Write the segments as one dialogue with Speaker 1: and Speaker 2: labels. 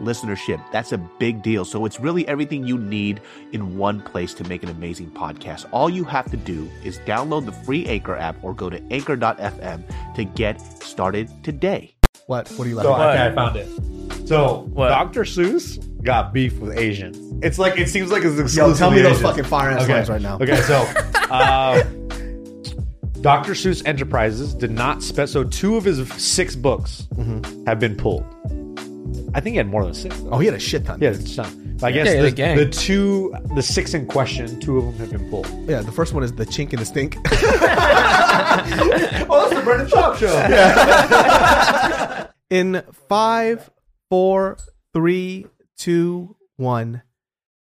Speaker 1: listenership. That's a big deal. So it's really everything you need in one place to make an amazing podcast. All you have to do is download the free Anchor app or go to anchor.fm to get started today.
Speaker 2: What? What are you
Speaker 3: So
Speaker 2: laughing
Speaker 3: okay, I found it. So
Speaker 4: What?
Speaker 3: Dr. Seuss got beef with Asians. It's like it seems like it's
Speaker 2: at? Yo,
Speaker 3: exclusively
Speaker 2: tell me those
Speaker 3: Asians.
Speaker 2: fucking fire ass lines right now.
Speaker 3: Okay, so uh, Dr. Seuss Enterprises did not spend. So two of his six books have been pulled. I think he had more than six. Though.
Speaker 2: Oh, he had a shit ton.
Speaker 3: Yeah, it's done. I guess
Speaker 4: Yeah,
Speaker 3: the,
Speaker 4: the gang.
Speaker 3: the two, the six in question, two of them have been pulled.
Speaker 2: Yeah, the first one is the chink and the stink.
Speaker 3: Oh, that's the Brendan Chop show.
Speaker 2: In five, four, three, two, one.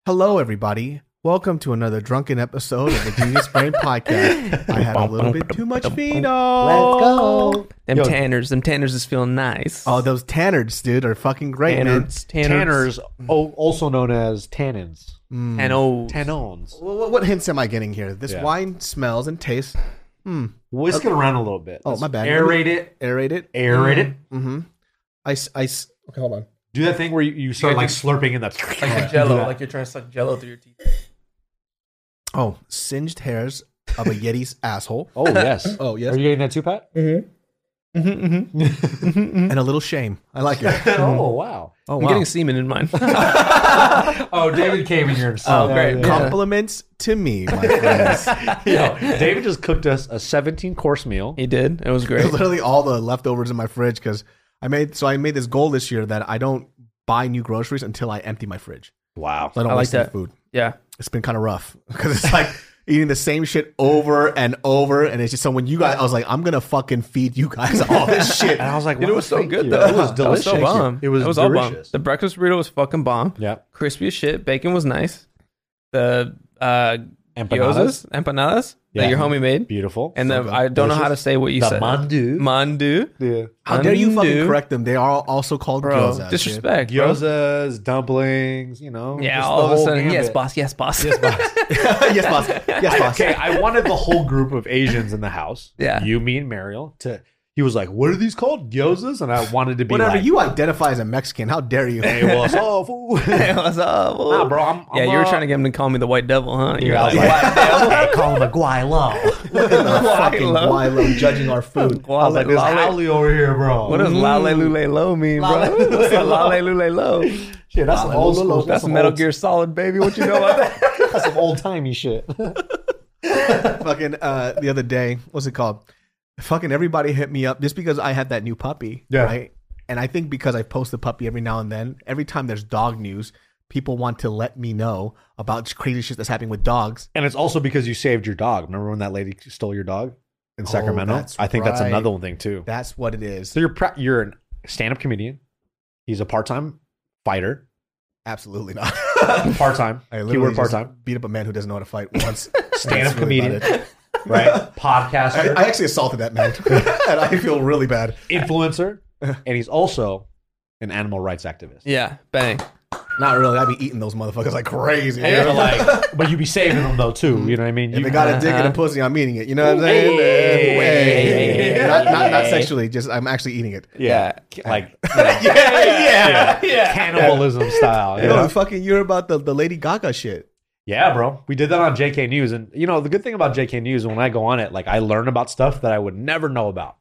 Speaker 2: Hello, everybody. Welcome to another drunken episode of the Genius Brain Podcast. I had a little bit too much pheno.
Speaker 3: go.
Speaker 4: Them
Speaker 3: Yo.
Speaker 4: tanners, them tanners is feeling nice.
Speaker 2: Oh, those tannards, dude, are fucking great, man.
Speaker 4: tanners, tanners,
Speaker 3: Tanners, Mm. hmm. o- also known as tannins,
Speaker 4: and oh,
Speaker 3: tannons.
Speaker 2: Well, what, what hints am I getting here? This
Speaker 3: Yeah.
Speaker 2: wine smells and tastes.
Speaker 3: Whisk it around a little bit.
Speaker 2: Oh, my bad.
Speaker 3: Aerate it.
Speaker 2: Aerate it.
Speaker 3: Aerate it.
Speaker 2: Mm-hmm. Ice. Ice. Okay, hold on.
Speaker 3: Do that thing where you, you start
Speaker 4: Yeah,
Speaker 3: like
Speaker 4: just-
Speaker 3: slurping in the
Speaker 4: like a Jello, like you're trying to suck Jello through your teeth.
Speaker 2: Oh, singed hairs of a Yeti's asshole.
Speaker 3: Oh yes.
Speaker 2: Oh yes,
Speaker 3: Are you getting that too, Pat?
Speaker 2: and a little shame. I like it.
Speaker 3: Oh wow.
Speaker 2: Oh
Speaker 4: I'm
Speaker 2: wow.
Speaker 4: getting semen in mine.
Speaker 3: Oh, David came in here.
Speaker 4: Oh, great.
Speaker 2: Compliments to me, my friends.
Speaker 3: Yo, David just cooked us a 17 course meal.
Speaker 4: he did. It was great.
Speaker 2: Literally all the leftovers in my fridge because I made so I made this goal this year that I don't buy new groceries until I empty my fridge.
Speaker 3: Wow.
Speaker 2: So I don't
Speaker 4: I like
Speaker 2: waste any
Speaker 4: that.
Speaker 2: food.
Speaker 4: Yeah.
Speaker 2: It's been kind of rough because it's like eating the same shit over and over, and it's just so when you guys, I was like, I'm gonna fucking feed you guys all this shit.
Speaker 3: And I was like,
Speaker 4: Dude,
Speaker 3: wow,
Speaker 4: it was so
Speaker 3: thank
Speaker 4: good
Speaker 3: you.
Speaker 4: though.
Speaker 3: It was
Speaker 4: That
Speaker 3: delicious.
Speaker 4: so bomb.
Speaker 3: It was,
Speaker 4: It was all bomb.
Speaker 3: delicious.
Speaker 4: The breakfast burrito was fucking bomb.
Speaker 3: Yep.
Speaker 4: Crispy as shit. Bacon was nice. The uh,
Speaker 3: Empanadas.
Speaker 4: gyozas, empanadas
Speaker 3: Yeah.
Speaker 4: that your homie made,
Speaker 3: Beautiful.
Speaker 4: and the I don't know how to say what you
Speaker 3: The
Speaker 4: said.
Speaker 3: mandu.
Speaker 4: Mandu.
Speaker 3: Yeah.
Speaker 2: How dare you fucking
Speaker 4: Mandu.
Speaker 2: correct them? They are also called
Speaker 4: bro?
Speaker 2: gyoza. dude.
Speaker 4: disrespect, bro.
Speaker 3: Gyozas, dumplings, you know.
Speaker 4: Yeah.
Speaker 3: just
Speaker 4: All
Speaker 3: the
Speaker 4: of a
Speaker 3: whole
Speaker 4: sudden,
Speaker 3: gambit.
Speaker 4: yes, boss. Yes, boss.
Speaker 3: Yes, boss.
Speaker 2: yes, boss. Yes, boss.
Speaker 3: okay, I wanted the whole group of Asians in the house.
Speaker 4: Yeah.
Speaker 3: You, me, and Mariel to. He was like, "What are these called? Gyozas?" And I wanted to be
Speaker 2: Whatever
Speaker 3: like,
Speaker 2: you identify as a Mexican, how dare you?
Speaker 3: "Hey, well, it's all Oh, fool."
Speaker 4: Hey, what's up?
Speaker 3: Nah, bro, I'm-
Speaker 4: yeah,
Speaker 3: I'm,
Speaker 4: you were
Speaker 3: uh,
Speaker 4: trying to get him to call me the White Devil, huh? You're
Speaker 3: I was
Speaker 4: like,
Speaker 3: like, "Hey, call him a guaylo.
Speaker 2: Look at the fucking
Speaker 4: Guaylo.
Speaker 2: Guaylo judging our food.
Speaker 4: Well, I was like,
Speaker 3: There's
Speaker 4: "Lale-
Speaker 3: Howley over here, bro.
Speaker 4: what does Lale Lule Lo mean, bro?
Speaker 3: Lale Lule
Speaker 4: What's a
Speaker 3: Lo?
Speaker 4: Lale Lule Lo?
Speaker 3: Shit, that's some old school.
Speaker 4: That's
Speaker 3: some
Speaker 4: Metal
Speaker 3: old-
Speaker 4: Gear Solid, baby. What you know about that?
Speaker 3: That's some old timey shit.
Speaker 2: fucking uh, the other day, what's it called? Fucking everybody hit me up just because I had that new puppy,
Speaker 3: Yeah.
Speaker 2: right? And I think because I post the puppy every now and then, every time there's dog news, people want to let me know about crazy shit that's happening with dogs.
Speaker 3: And it's also because you saved your dog. Remember when that lady stole your dog in Sacramento?
Speaker 2: that's
Speaker 3: I think Oh, that's
Speaker 2: right.
Speaker 3: another one thing too.
Speaker 2: That's what it is.
Speaker 3: so you're pra- you're a stand up comedian. He's a part time fighter.
Speaker 2: Absolutely not.
Speaker 3: Part time.
Speaker 2: I
Speaker 3: Keyword
Speaker 2: literally
Speaker 3: part
Speaker 2: just
Speaker 3: time.
Speaker 2: beat up a man who doesn't know how to fight once.
Speaker 3: Stand up
Speaker 2: That's really about
Speaker 3: comedian.
Speaker 2: it.
Speaker 3: Right. Podcaster.
Speaker 2: I, I actually assaulted that man, and I feel really bad.
Speaker 3: influencer. and he's also an animal rights activist.
Speaker 4: yeah, bang.
Speaker 2: Not really. I'd be eating those motherfuckers like crazy.
Speaker 3: And you're
Speaker 2: dude.
Speaker 3: like, but you be saving them though too. You know what I mean?
Speaker 2: If
Speaker 3: You,
Speaker 2: it got a dick and a
Speaker 4: Uh-huh.
Speaker 2: pussy, I'm eating it. You know what I'm saying?
Speaker 3: Hey.
Speaker 2: Uh, hey.
Speaker 3: Hey.
Speaker 2: Not, not, not sexually, just I'm actually eating it.
Speaker 3: yeah, like
Speaker 2: yeah, yeah.
Speaker 3: cannibalism style. You
Speaker 2: Yo,
Speaker 3: know?
Speaker 2: fucking, you're about the, the Lady Gaga shit.
Speaker 3: Yeah, bro. We did that on JK News. And, you know, the good thing about JK News, when I go on it, like, I learn about stuff that I would never know about.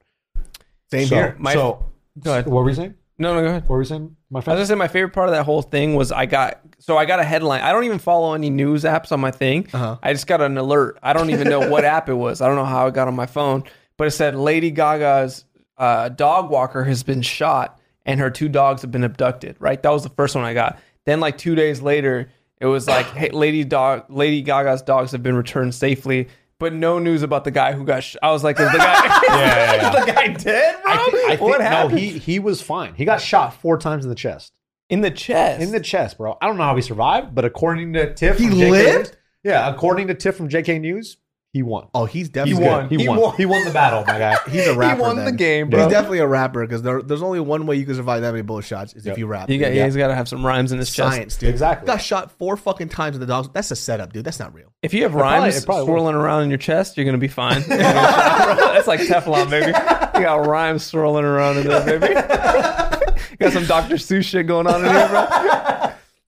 Speaker 2: Same
Speaker 3: so,
Speaker 2: here.
Speaker 4: My-
Speaker 3: so
Speaker 4: Go ahead.
Speaker 3: what were you saying?
Speaker 4: No, no, go ahead.
Speaker 3: What were you saying? My
Speaker 4: I was
Speaker 3: friend?
Speaker 4: gonna say my favorite part of that whole thing was I got so I got a headline. I don't even follow any news apps on my thing.
Speaker 2: Uh-huh.
Speaker 4: I just got an alert. I don't even know what app it was. I don't know how it got on my phone, but it said Lady Gaga's uh, dog walker has been shot and her two dogs have been abducted. Right, that was the first one I got. Then like two days later, it was like, hey, Lady Dog, Lady Gaga's dogs have been returned safely. but no news about the guy who got. Sh- I was like, is the guy,
Speaker 3: yeah, yeah.
Speaker 4: is the guy dead, bro?
Speaker 3: I thi- I think,
Speaker 4: what happened
Speaker 3: No, he he was fine. He got shot four times in the chest.
Speaker 4: in the chest?
Speaker 3: In the chest, bro. I don't know how he survived, but according to Tiff,
Speaker 2: He
Speaker 3: from JK
Speaker 2: lived?
Speaker 3: News- yeah, according to Tiff from JK News, he won.
Speaker 2: Oh, he's
Speaker 3: He's
Speaker 2: definitely
Speaker 3: good.
Speaker 4: won.
Speaker 3: He,
Speaker 4: He
Speaker 3: won.
Speaker 4: won.
Speaker 3: He won the battle, my guy.
Speaker 2: He's a rapper.
Speaker 4: he won
Speaker 2: then.
Speaker 4: the game,
Speaker 2: He's
Speaker 4: bro.
Speaker 2: definitely a rapper because there, there's only one way you can survive that many bullet shots is
Speaker 3: Yep.
Speaker 2: if you rap.
Speaker 4: He got,
Speaker 2: dude.
Speaker 4: yeah, he's got to have some rhymes in his chest.
Speaker 2: science, dude.
Speaker 3: Exactly.
Speaker 2: Got shot four fucking times in the dogs. That's a setup, dude. That's not real.
Speaker 4: If you have
Speaker 3: probably-
Speaker 4: rhymes
Speaker 3: it probably
Speaker 4: swirling around in your chest, you're gonna be fine. That's like Teflon, baby. You got rhymes swirling around in there, baby. you got some Dr. Seuss shit going on in here, bro.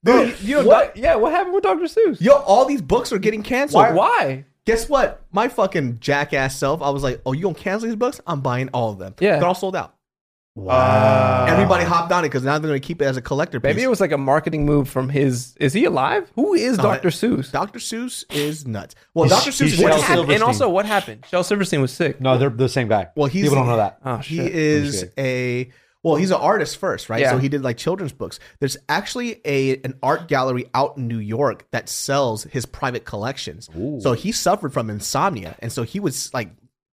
Speaker 2: Dude, you know,
Speaker 4: What? Yeah, what happened with Dr. Seuss?
Speaker 2: yo, all these books are getting canceled.
Speaker 4: Why? Why?
Speaker 2: Guess what? My fucking jackass self, I was like, oh, you gonna cancel these books? I'm buying all of them.
Speaker 4: Yeah.
Speaker 2: They're all sold out.
Speaker 3: Wow.
Speaker 2: Everybody hopped on it because now they're gonna keep it as a collector piece.
Speaker 4: Maybe it was like a marketing move from his. Is he alive? Who is
Speaker 2: No,
Speaker 4: Dr.
Speaker 2: I-
Speaker 4: Seuss?
Speaker 2: Dr. Seuss is nuts. Well,
Speaker 3: He's-
Speaker 2: Dr. Seuss
Speaker 3: he's
Speaker 2: is
Speaker 3: Shel
Speaker 4: What
Speaker 2: nuts.
Speaker 4: happened?
Speaker 3: Silverstein.
Speaker 4: And also, what happened? Shel Silverstein was sick.
Speaker 3: No, they're the same guy.
Speaker 2: Well, he's-
Speaker 3: people don't know that.
Speaker 4: Oh
Speaker 2: he
Speaker 4: shit.
Speaker 2: is
Speaker 3: shit.
Speaker 2: a well he's an artist first right
Speaker 4: Yeah.
Speaker 2: so he did like children's books there's actually a an art gallery out in new york that sells his private collections so he suffered from insomnia and so he was like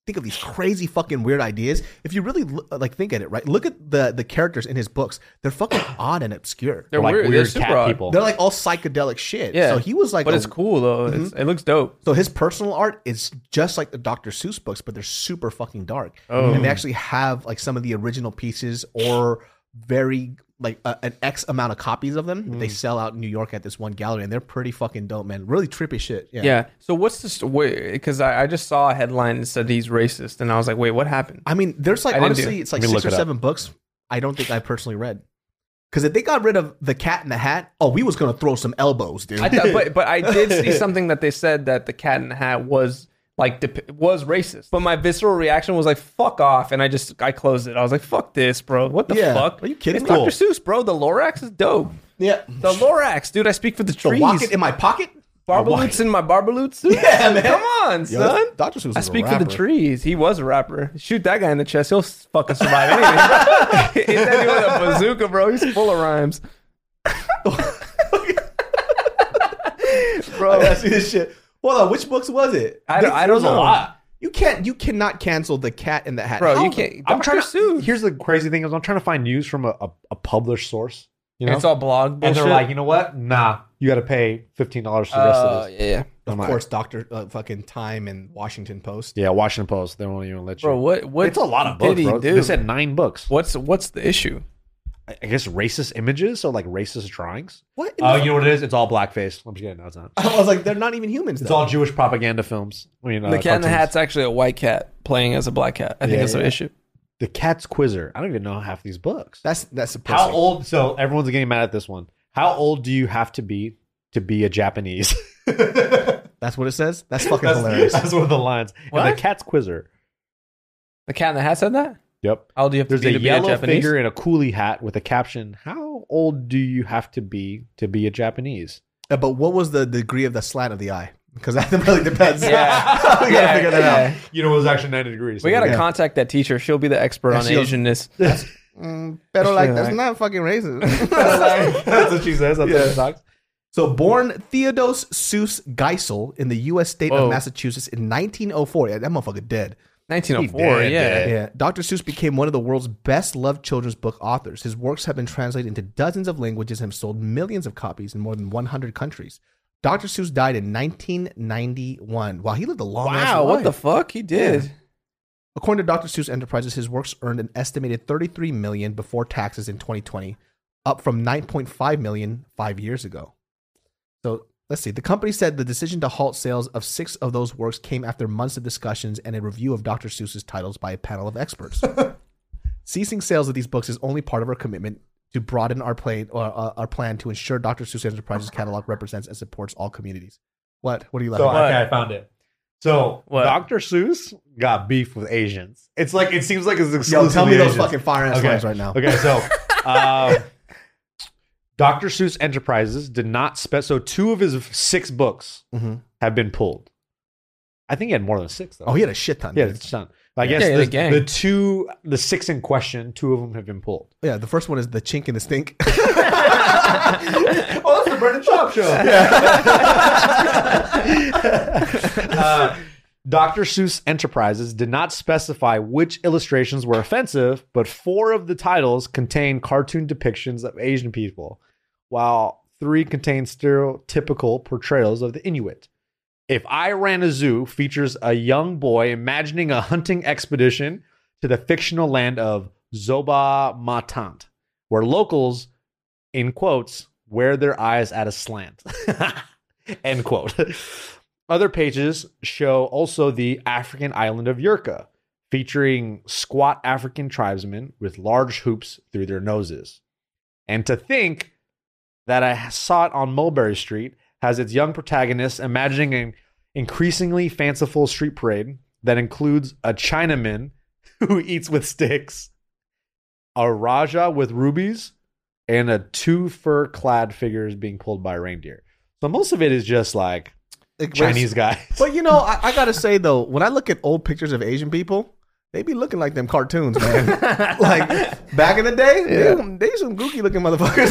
Speaker 2: think of these crazy fucking weird ideas if you really lo- like think at it right look at the the characters in his books they're fucking odd and obscure
Speaker 4: They're
Speaker 3: Like
Speaker 4: weird.
Speaker 3: weird,
Speaker 4: They're super
Speaker 3: cat
Speaker 4: odd.
Speaker 3: people.
Speaker 2: they're like all psychedelic shit
Speaker 4: Yeah.
Speaker 2: so he was like
Speaker 4: But
Speaker 2: a-
Speaker 4: it's cool though. It's, it looks dope.
Speaker 2: so his personal art is just like the Dr. Seuss books, but they're super fucking dark. And
Speaker 4: Oh.
Speaker 2: they actually have like some of the original pieces or very like a, an X amount of copies of them.
Speaker 4: Hmm.
Speaker 2: that They sell out in New York at this one gallery, and they're pretty fucking dope, man. Really trippy shit. Yeah.
Speaker 4: Yeah. So what's this? Because I, I just saw a headline and said he's racist, and I was like, wait, what happened?
Speaker 2: I mean, there's like
Speaker 4: I didn't do
Speaker 2: honestly,
Speaker 4: it.
Speaker 2: it's like
Speaker 3: Let me
Speaker 2: six or
Speaker 3: look it up.
Speaker 2: seven books. I don't think I personally read because if they got rid of the Cat in the Hat, oh, we was gonna throw some elbows, dude.
Speaker 4: I thought, but but I did see something that they said that the Cat in the Hat was like dep- was racist. But my visceral reaction was like, "Fuck off!" And I just I closed it. I was like, "Fuck this, bro! What the
Speaker 2: Yeah.
Speaker 4: fuck?
Speaker 2: Are you kidding
Speaker 4: It's
Speaker 2: me?
Speaker 4: Dr. Seuss, bro. The Lorax is dope.
Speaker 2: yeah,
Speaker 4: The Lorax, dude. I speak for the
Speaker 2: the
Speaker 4: trees.
Speaker 2: locket in my pocket.
Speaker 4: Barbaloots in my Barbaloots. Yeah, man. Come on, son.
Speaker 2: Dr. Seuss. is
Speaker 4: I
Speaker 2: a
Speaker 4: speak for the
Speaker 2: rapper.
Speaker 4: trees. He was a rapper. Shoot that guy in the chest. He'll s- fucking survive anything. Hit that dude with a bazooka, bro. He's full of rhymes.
Speaker 2: I gotta see this shit. Hold on, which books was it?
Speaker 4: I don't, I don't
Speaker 3: Uh,
Speaker 4: know.
Speaker 2: You can't. You cannot cancel the Cat in the Hat.
Speaker 4: Bro, you
Speaker 2: the-
Speaker 4: can't.
Speaker 3: I'm trying to.
Speaker 4: sue.
Speaker 3: Here's the crazy thing: is I'm trying to find news from a, a, a published source. You know,
Speaker 4: It's all blog
Speaker 3: and
Speaker 4: bullshit.
Speaker 3: they're like, you know what? Nah, you got to pay fifteen dollars for the rest
Speaker 4: uh,
Speaker 3: of this.
Speaker 4: yeah.
Speaker 2: Of
Speaker 3: I'm like,
Speaker 2: course, Doctor uh, fucking Time and Washington Post.
Speaker 3: Yeah, Washington Post. They won't even let you.
Speaker 4: Bro, what, what
Speaker 3: it's a lot of
Speaker 4: did
Speaker 3: books,
Speaker 4: he
Speaker 3: bro.
Speaker 4: do?
Speaker 3: They said nine books.
Speaker 4: what's, what's the issue?
Speaker 3: I I guess racist images, so like racist drawings.
Speaker 2: What? in
Speaker 3: Oh,
Speaker 2: the-
Speaker 3: you know what it is? It's all blackface. I'm just kidding. No, it's not.
Speaker 2: I was like, they're not even humans.
Speaker 3: It's
Speaker 2: though.
Speaker 3: all Jewish propaganda films. I mean, uh,
Speaker 4: the cat in the
Speaker 3: cartoons.
Speaker 4: hat's actually a white cat playing as a black cat. I think
Speaker 3: Yeah,
Speaker 4: that's the
Speaker 3: yeah.
Speaker 4: issue.
Speaker 3: The Cat's Quizzer. I don't even know half these books.
Speaker 2: that's that's surprising.
Speaker 3: How old? So everyone's getting mad at this one. How old do you have to be to be a Japanese?
Speaker 2: That's what it says. That's fucking
Speaker 3: that's,
Speaker 2: hilarious.
Speaker 3: that's one of the lines. And
Speaker 4: What?
Speaker 3: the Cat's Quizzer. Uh,
Speaker 4: The cat in the hat said that?
Speaker 3: Yep.
Speaker 4: How old do you have
Speaker 3: There's
Speaker 4: to be
Speaker 3: a
Speaker 4: to be
Speaker 3: yellow
Speaker 4: a Japanese?
Speaker 3: figure in a coolie hat with a caption. How old do you have to be to be a Japanese?
Speaker 2: Uh, but what was the degree of the slant of the eye? Because that really depends.
Speaker 4: Yeah.
Speaker 2: we gotta
Speaker 4: Yeah,
Speaker 2: figure that
Speaker 4: yeah.
Speaker 2: out.
Speaker 3: You know, it was actually 90 degrees.
Speaker 4: We got to
Speaker 2: Yeah.
Speaker 4: contact that teacher. She'll be the expert
Speaker 2: Yeah,
Speaker 4: on
Speaker 2: she'll-
Speaker 4: Asianness.
Speaker 2: Mm, better like that's
Speaker 4: Like-
Speaker 2: not fucking racist.
Speaker 3: That's what she says. That's
Speaker 2: Yeah.
Speaker 3: what she talks.
Speaker 2: So born Theodose Seuss Geisel in the U.S. state
Speaker 4: Whoa.
Speaker 2: of Massachusetts in 1904. Yeah, that motherfucker dead.
Speaker 4: 1904,
Speaker 3: He did,
Speaker 4: yeah.
Speaker 3: dude.
Speaker 2: Yeah, Dr. Seuss became one of the world's best loved children's book authors. His works have been translated into dozens of languages and have sold millions of copies in more than 100 countries. Dr. Seuss died in 1991. Wow, he lived a long ass
Speaker 4: Wow, what
Speaker 2: life.
Speaker 4: the fuck? He did.
Speaker 2: According to Dr. Seuss Enterprises, his works earned an estimated 33 million before taxes in 2020, up from 9.5 million 5 years ago. So, let's see. The company said the decision to halt sales of 6 of those works came after months of discussions and a review of Dr. Seuss's titles by a panel of experts. Ceasing sales of these books is only part of our commitment to broaden our plan or uh, our plan to ensure Dr. Seuss Enterprises catalog represents and supports all communities. What? What are you laughing
Speaker 3: So
Speaker 2: at?
Speaker 3: okay, I found it. So
Speaker 4: What?
Speaker 3: Dr. Seuss got beef with Asians. It's like it seems like it's exclusive.
Speaker 2: Yo, tell me those fucking fire ass
Speaker 3: Okay.
Speaker 2: lines right now.
Speaker 3: Okay, so um, Dr. Seuss Enterprises did not spec. So two of his six books
Speaker 2: Mhm.
Speaker 3: have been pulled. I think he had more than six though.
Speaker 2: Oh, he had a shit ton.
Speaker 3: yeah,
Speaker 2: dude.
Speaker 3: it's done. I
Speaker 4: Yeah.
Speaker 3: guess
Speaker 4: Yeah,
Speaker 3: the,
Speaker 4: the gang.
Speaker 3: the two, the six in question, two of them have been pulled.
Speaker 2: Yeah, the first one is the chink and the stink.
Speaker 3: Oh, that's the Brendan Chop show. Dr. Uh, Seuss Enterprises did not specify which illustrations were offensive, but four of the titles contain cartoon depictions of Asian people, while three contain stereotypical portrayals of the Inuit. If I Ran a Zoo features a young boy imagining a hunting expedition to the fictional land of Zoba Matant, where locals, in quotes, wear their eyes at a slant. End quote. Other pages show also the African island of Yurka, featuring squat African tribesmen with large hoops through their noses. And to think that I saw it on Mulberry Street has its young protagonist imagining an increasingly fanciful street parade that includes a Chinaman who eats with sticks, a Raja with rubies, and a two fur clad figures being pulled by reindeer. So most of it is just like
Speaker 2: Like,
Speaker 3: Chinese guys.
Speaker 2: But you know, I, I gotta say though, when I look at old pictures of Asian people, they be looking like them cartoons, man. like back in the day, they, they some gooky looking motherfuckers.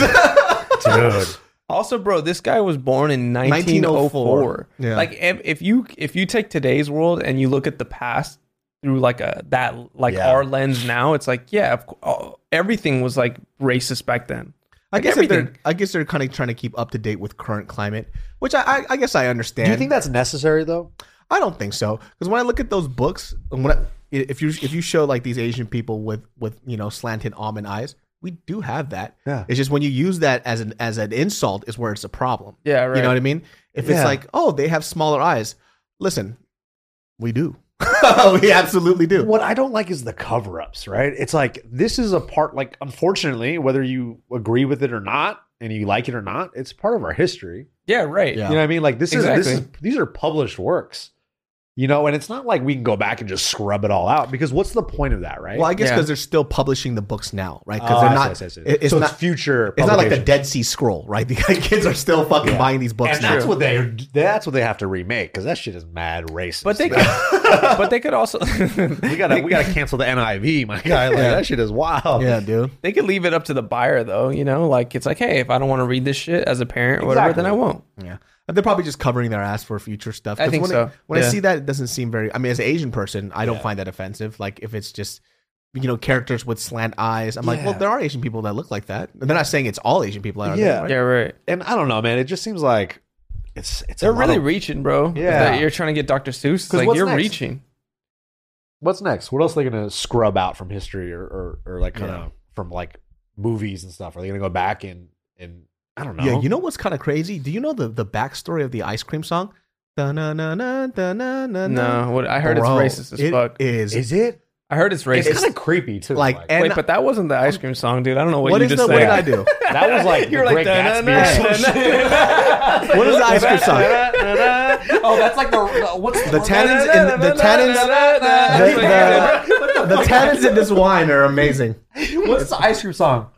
Speaker 3: Dude.
Speaker 4: Also, bro, this guy was born in
Speaker 2: 1904.
Speaker 4: 1904.
Speaker 2: Yeah.
Speaker 4: Like if, if you if you take today's world and you look at the past through like a that like
Speaker 3: Yeah.
Speaker 4: our lens now, it's like yeah, of, cou- oh, everything was like racist back then.
Speaker 2: I
Speaker 4: Like,
Speaker 2: guess if they're
Speaker 4: everything.
Speaker 2: I guess they're kind of trying to keep up to date with current climate, which I I, I guess I understand.
Speaker 3: Do you think that's necessary though?
Speaker 2: I don't think so because when I look at those books, and when I, if you if you show like these Asian people with with you know slanted almond eyes, we do have that.
Speaker 3: Yeah.
Speaker 2: It's just when you use that as an as an insult is where it's a problem.
Speaker 4: Yeah, right.
Speaker 2: You know what I mean? If it's
Speaker 3: Yeah.
Speaker 2: like, oh, they have smaller eyes. Listen, we do. we absolutely do.
Speaker 3: What I don't like is the cover ups, right? It's like this is a part, like, unfortunately, whether you agree with it or not, and you like it or not, it's part of our history.
Speaker 4: yeah, right.
Speaker 2: Yeah.
Speaker 4: Yeah.
Speaker 3: You know what I mean? Like this is this is
Speaker 4: Exactly.
Speaker 3: these are published works. You know, and it's not like we can go back and just scrub it all out because what's the point of that, right?
Speaker 2: Well, I guess
Speaker 4: Yeah.
Speaker 2: because they're still publishing the books now, right? Because
Speaker 3: Oh,
Speaker 2: they're
Speaker 3: I see,
Speaker 2: not.
Speaker 3: I see, I see.
Speaker 2: it- It's
Speaker 3: so
Speaker 2: not.
Speaker 3: it's future.
Speaker 2: it's not like the
Speaker 3: publication.
Speaker 2: Dead Sea Scroll, right? The kids are still fucking
Speaker 3: Yeah.
Speaker 2: buying these books
Speaker 3: And
Speaker 2: now.
Speaker 3: that's what they that's what they have to remake because that shit is mad racist.
Speaker 4: But they could, but they could also
Speaker 3: we gotta we gotta cancel the NIV, my guy. Like
Speaker 2: Yeah.
Speaker 3: that shit is wild.
Speaker 2: yeah, dude.
Speaker 4: they could leave it up to the buyer though, you know? Like it's like, hey, if I don't want to read this shit as a parent or whatever, then I
Speaker 3: Exactly.
Speaker 4: won't.
Speaker 2: Yeah, they're probably just covering their ass for future stuff.
Speaker 4: I
Speaker 2: 'Cause
Speaker 4: think
Speaker 2: when
Speaker 4: so.
Speaker 2: when I
Speaker 4: Yeah.
Speaker 2: see that, it doesn't seem very. I mean, as an Asian person, I don't find that offensive. Like if it's just you know characters with slant eyes, I'm like, well,
Speaker 3: Yeah.
Speaker 2: there are Asian people that look like that. And they're not saying it's all Asian people. That are
Speaker 3: Yeah.
Speaker 2: That, right?
Speaker 4: Yeah, right.
Speaker 3: And I don't know, man. It just seems like it's it's a
Speaker 4: They're
Speaker 3: lot
Speaker 4: really
Speaker 3: of-
Speaker 4: reaching, bro.
Speaker 3: Yeah.
Speaker 4: That you're trying to get Dr. Seuss. Like
Speaker 3: what's
Speaker 4: you're
Speaker 3: next?
Speaker 4: reaching.
Speaker 3: what's next? What else are they gonna scrub out from history or or, or like kind of from like movies and stuff? Are they gonna go back and and I don't know.
Speaker 2: Yeah, you know what's kind of crazy? Do you know the the backstory of the ice cream song? Da-na-na-na, da-na-na-na.
Speaker 4: No, what I heard
Speaker 2: Bro,
Speaker 4: it's racist as
Speaker 2: it
Speaker 4: fuck.
Speaker 2: Is,
Speaker 3: is it?
Speaker 4: I heard it's racist.
Speaker 3: It's, kind of creepy too.
Speaker 2: like, and
Speaker 4: Wait, but that wasn't the ice cream song, dude. I don't know what,
Speaker 2: what
Speaker 4: you
Speaker 2: is
Speaker 4: just
Speaker 2: the
Speaker 4: said.
Speaker 2: what did I do?
Speaker 3: that was like the
Speaker 4: You're
Speaker 3: Great
Speaker 4: like,
Speaker 3: Gatsby. or some shit.
Speaker 2: What is the ice cream song?
Speaker 3: oh, that's like the what's
Speaker 2: The tannins in the tannins the, the, the tannins in this wine are amazing.
Speaker 3: what's the ice cream song?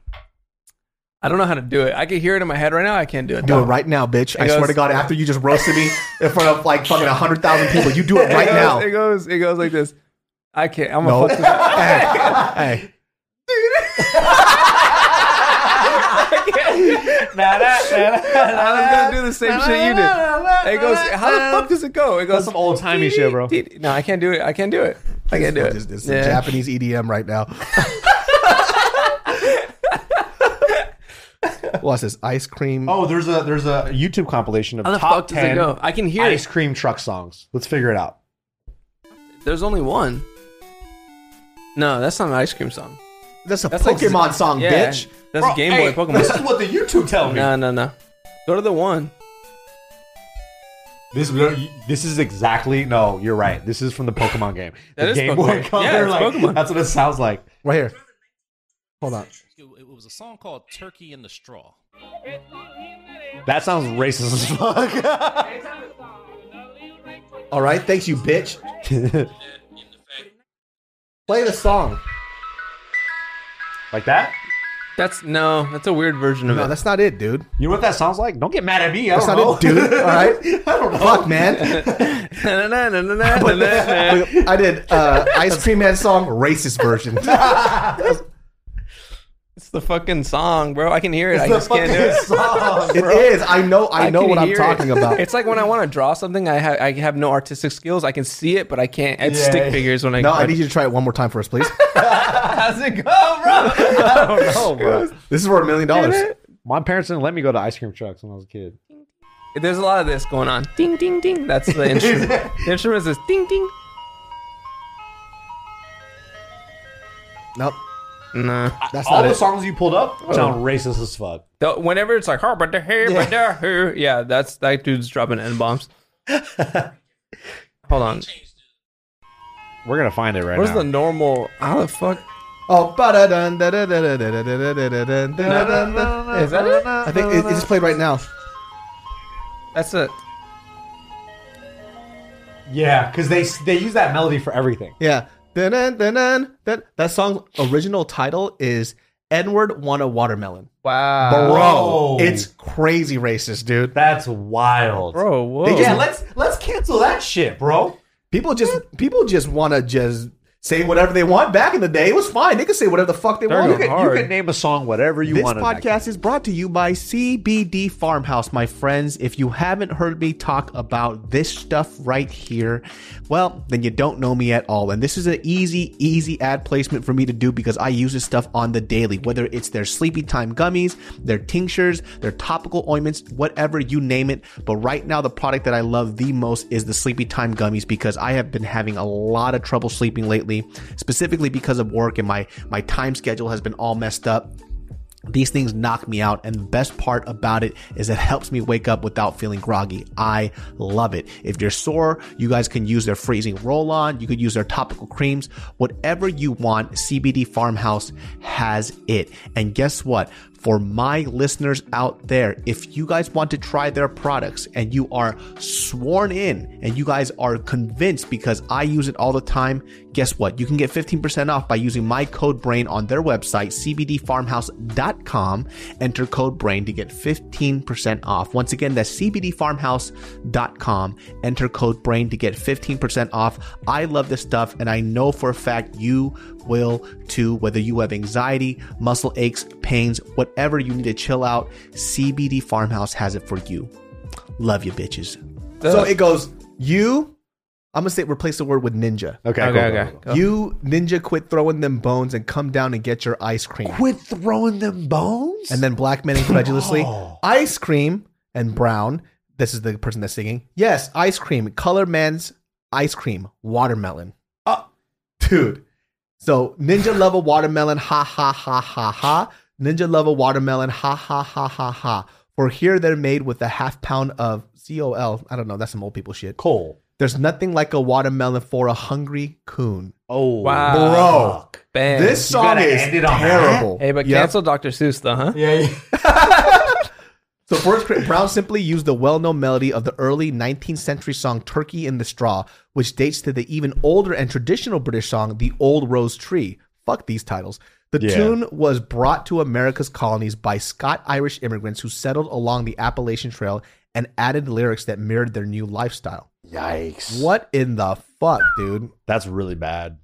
Speaker 4: I don't know how to do it. I can hear it in my head right now. I can't do it.
Speaker 2: Do it right now, bitch. I
Speaker 4: goes-
Speaker 2: swear to God, after you just roasted me in front of like fucking 100,000 people, you do it right
Speaker 4: it goes,
Speaker 2: now.
Speaker 4: It goes. It goes like this. I can't. I'm
Speaker 2: No.
Speaker 4: gonna fuck this up.
Speaker 2: Hey, hey.
Speaker 4: I was gonna do the same shit you did. It goes. How the fuck does it go? It goes
Speaker 3: That's some old timey shit, bro.
Speaker 4: No, I can't do it. I can't do it. I can't do
Speaker 2: This,
Speaker 4: it.
Speaker 2: this is
Speaker 4: Yeah.
Speaker 2: Japanese EDM right now. Watch this ice cream.
Speaker 3: Oh, there's a there's a YouTube compilation of
Speaker 4: How the
Speaker 3: top
Speaker 4: fuck does it
Speaker 3: ten
Speaker 4: go? I can hear
Speaker 3: ice
Speaker 4: it.
Speaker 3: cream truck songs. Let's figure it out.
Speaker 4: There's only one. No, that's not an ice cream song.
Speaker 2: that's a
Speaker 4: That's like-
Speaker 2: Pokemon song,
Speaker 4: Yeah,
Speaker 2: bitch.
Speaker 4: That's a Game Boy Pokemon.
Speaker 3: This is what the YouTube tell me.
Speaker 4: No, no, no. Go to the one.
Speaker 3: This this is exactly no. You're right. This is from the Pokemon game.
Speaker 4: That
Speaker 3: the
Speaker 4: is
Speaker 3: Game
Speaker 4: Pokemon.
Speaker 3: Boy Color.
Speaker 4: Yeah, it's
Speaker 3: like,
Speaker 4: Pokemon.
Speaker 3: That's what it sounds like.
Speaker 2: Right here. Hold on.
Speaker 5: It, it was a song called Turkey in the Straw.
Speaker 3: That sounds racist as fuck.
Speaker 2: All right. Thanks, you bitch. Play the song.
Speaker 3: like that?
Speaker 4: That's no. That's a weird version of
Speaker 2: No,
Speaker 4: it.
Speaker 2: that's not it, dude.
Speaker 3: You know what that sounds like? Don't get mad at me. I
Speaker 2: That's
Speaker 3: don't
Speaker 2: not
Speaker 3: know.
Speaker 2: it, dude. All right. Fuck, man.
Speaker 4: Na-na-na-na-na-na-na-na.
Speaker 2: Look, I did uh, Ice Cream Man song, racist version.
Speaker 4: It's It's the fucking song, bro. I can hear it. I
Speaker 1: It's the
Speaker 4: just can't do
Speaker 1: fucking
Speaker 4: it.
Speaker 1: song.
Speaker 2: It is. I know. I, know
Speaker 4: can
Speaker 2: what I'm
Speaker 4: hear
Speaker 2: talking
Speaker 4: it.
Speaker 2: about.
Speaker 4: It's like when I want to draw something, I have I have no artistic skills. I can see it, but I can't. It's
Speaker 1: Yeah.
Speaker 4: stick figures when I.
Speaker 2: No, I need you to try it one more time for us, please.
Speaker 4: How's it go, bro?
Speaker 3: No, bro.
Speaker 2: this is for a million dollars.
Speaker 3: My parents didn't let me go to ice cream trucks when I was a kid.
Speaker 4: There's a lot of this going on. Ding, ding, ding. That's the instrument. the instrument is this ding, ding.
Speaker 2: Nope.
Speaker 4: Nah.
Speaker 2: That's
Speaker 3: All
Speaker 2: not
Speaker 3: the
Speaker 2: it.
Speaker 3: songs you pulled up sound racist as fuck.
Speaker 4: The- whenever it's like, "Har, but the hair, but the hair," yeah, that's that dude's dropping n bombs. Hold on.
Speaker 3: We're gonna find it right
Speaker 4: Where's
Speaker 3: now.
Speaker 4: the normal? How the fuck?
Speaker 2: Oh, ba-da-dun, da-da-da-da-da-da-da-da-da-dun, da-da-dun, da-
Speaker 4: Is that it?
Speaker 2: I think it, it just played right now.
Speaker 4: That's it.
Speaker 3: yeah, because they they use that melody for everything.
Speaker 2: Yeah. Dun-dun, dun-dun, dun. That song's original title is Edward Want a Watermelon.
Speaker 4: Wow,
Speaker 2: Bro,
Speaker 3: Whoa.
Speaker 2: it's crazy racist, dude.
Speaker 3: That's wild,
Speaker 4: bro. Whoa.
Speaker 2: They just-
Speaker 3: let's let's cancel that shit, bro.
Speaker 2: People just people just want to just say whatever they want. Back in the day, it was fine. They could say whatever the fuck they
Speaker 4: They're
Speaker 2: want.
Speaker 3: You
Speaker 4: gonna-
Speaker 3: can, you
Speaker 4: Hard.
Speaker 3: can name a song whatever you
Speaker 1: This
Speaker 3: want.
Speaker 1: podcast is brought to you by CBD Farmhouse, my friends. If you haven't heard me talk about this stuff right here, well, then you don't know me at all. And this is an easy, easy ad placement for me to do because I use this stuff on the daily, whether it's their sleepy time gummies, their tinctures, their topical ointments, whatever you name it. But right now, the product that I love the most is the sleepy time gummies because I have been having a lot of trouble sleeping lately, specifically because of work and my, my time schedule has been all messed up. These things knock me out, and the best part about it is it helps me wake up without feeling groggy. I love it. If you're sore, you guys can use their freezing roll on, you could use their topical creams, whatever you want. CBD Farmhouse has it. And guess what? For my listeners out there, if you guys want to try their products and you are sworn in and you guys are convinced because I use it all the time, guess what? You can get 15% off by using my code BRAIN on their website, cbdfarmhouse.com. Enter code BRAIN to get 15% off. Once again, that's cbdfarmhouse.com. Enter code BRAIN to get 15% off. I love this stuff and I know for a fact you will too, whether you have anxiety, muscle aches, pains, whatever you need to chill out, CBD Farmhouse has it for you. Love you, bitches.
Speaker 2: So it goes. You, I'm gonna say replace the word with ninja.
Speaker 3: Okay,
Speaker 4: okay, okay. Go.
Speaker 2: You ninja quit throwing them bones and come down and get your ice cream.
Speaker 3: Quit throwing them bones.
Speaker 2: And then black men incredulously,
Speaker 3: Oh.
Speaker 2: ice cream and brown. This is the person that's singing. Yes, ice cream. Color man's ice cream. Watermelon.
Speaker 3: Uh.
Speaker 2: dude. So ninja level watermelon. Ha ha ha ha ha. Ninja level watermelon. Ha ha ha ha ha. For here they're made with a half pound of col. I don't know. That's some old people shit.
Speaker 3: Cole.
Speaker 2: There's nothing like a watermelon for a hungry coon.
Speaker 3: Oh,
Speaker 4: Wow.
Speaker 2: Bro,
Speaker 3: fuck.
Speaker 4: Bang.
Speaker 2: this song
Speaker 3: Oh, gotta
Speaker 2: is
Speaker 3: end it on that?
Speaker 2: terrible.
Speaker 4: Hey, but
Speaker 2: Yep.
Speaker 4: cancel Dr. Seuss, though, huh?
Speaker 3: Yeah. yeah.
Speaker 2: So Forrest Cra- Brown simply used the well-known melody of the early 19th century song "Turkey in the Straw," which dates to the even older and traditional British song "The Old Rose Tree." Fuck these titles. The
Speaker 3: Yeah.
Speaker 2: tune was brought to America's colonies by Scot-Irish immigrants who settled along the Appalachian Trail and added lyrics that mirrored their new lifestyle.
Speaker 3: Yikes.
Speaker 2: What in the fuck, dude?
Speaker 3: That's really bad.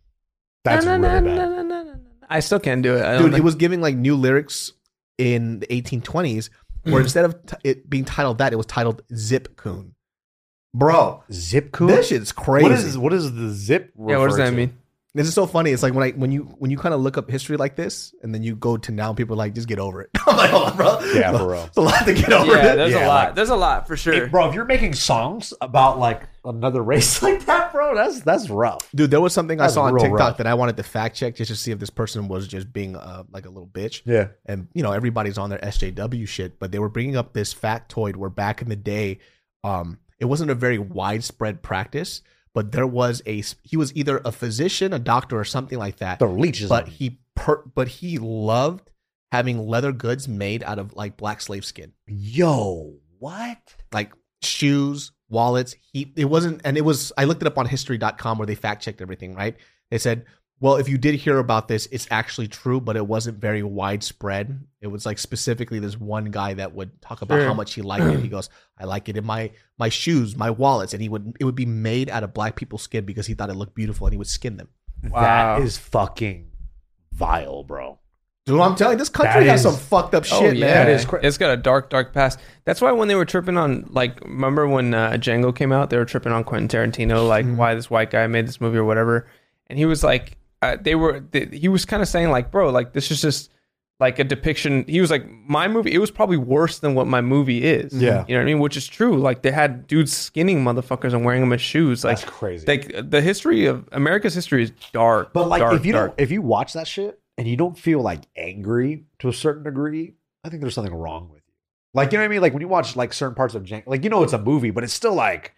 Speaker 3: That's
Speaker 4: Na,
Speaker 3: really
Speaker 4: na,
Speaker 3: bad.
Speaker 4: na, na, na, na, na. I still can't do it. I don't
Speaker 2: Dude, it
Speaker 4: think-
Speaker 2: was giving like new lyrics in the 1820s, where instead of t- it being titled that, it was titled "Zip Coon." Bro,
Speaker 3: Zip code.
Speaker 2: This shit's crazy.
Speaker 3: What is what is the zip?
Speaker 4: yeah, what does
Speaker 3: refer
Speaker 4: that
Speaker 3: to?
Speaker 4: mean?
Speaker 2: this is so funny. It's like when I when you when you kind of look up history like this, and then you go to now, people are like just get over it. I'm like, hold on, bro.
Speaker 3: Yeah, for real.
Speaker 2: It's a lot to get over.
Speaker 4: Oh, Yeah, there's
Speaker 3: Yeah,
Speaker 4: a lot.
Speaker 3: like-
Speaker 4: there's a lot for sure.
Speaker 3: Hey, bro, if you're making songs about like another race like that, bro, that's that's rough.
Speaker 2: Dude, there was something I
Speaker 3: That's
Speaker 2: saw on
Speaker 3: real
Speaker 2: TikTok
Speaker 3: rough.
Speaker 2: that I wanted to fact check just to see if this person was just being uh, like a little bitch.
Speaker 3: Yeah.
Speaker 2: and you know everybody's on their SJW shit, but they were bringing up this factoid where back in the day, um, it wasn't a very widespread practice, but there was a he was either a physician, a doctor, or something like that.
Speaker 3: The leeches.
Speaker 2: but
Speaker 3: on you.
Speaker 2: he per- but he loved having leather goods made out of like black slave skin,
Speaker 3: yo, what?
Speaker 2: like shoes, wallets. He it wasn't, and it was. I looked it up on history.com where they fact checked everything. Right? They said, well, if you did hear about this, it's actually true, but it wasn't very widespread. It was like specifically this one guy that would talk about
Speaker 4: Sure.
Speaker 2: how much he liked it. He goes, I like it in my my shoes, my wallets, and he would it would be made out of black people's skin because he thought it looked beautiful, and he would skin them.
Speaker 4: Wow.
Speaker 3: That is fucking vile, bro.
Speaker 2: Dude, I'm telling you, this country
Speaker 3: That
Speaker 2: has
Speaker 3: is- Oh,
Speaker 2: some fucked up shit, man.
Speaker 4: It
Speaker 3: That
Speaker 4: Oh, is
Speaker 3: is cra-
Speaker 4: it's got a dark, dark past. That's why when they were tripping on, like, remember when uh, Django came out, they were tripping on Quentin Tarantino, like, why this white guy made this movie or whatever. And he was like, uh, they were, th he was kind of saying, like, bro, like, this is just like a depiction. He was like, my movie, it was probably worse than what my movie is.
Speaker 3: Yeah.
Speaker 4: You know what I mean? Which is true. Like, they had dudes skinning motherfuckers and wearing them as shoes. Like,
Speaker 3: That's crazy.
Speaker 4: Like, the history of America's history is dark.
Speaker 3: But like,
Speaker 4: dark,
Speaker 3: if you
Speaker 4: dark.
Speaker 3: don't, if you watch that shit and you don't feel like angry to a certain degree, I think there's something wrong with you. Like, you know what I mean? Like when you watch like certain parts of Jank, like you know it's a movie, but it's still like,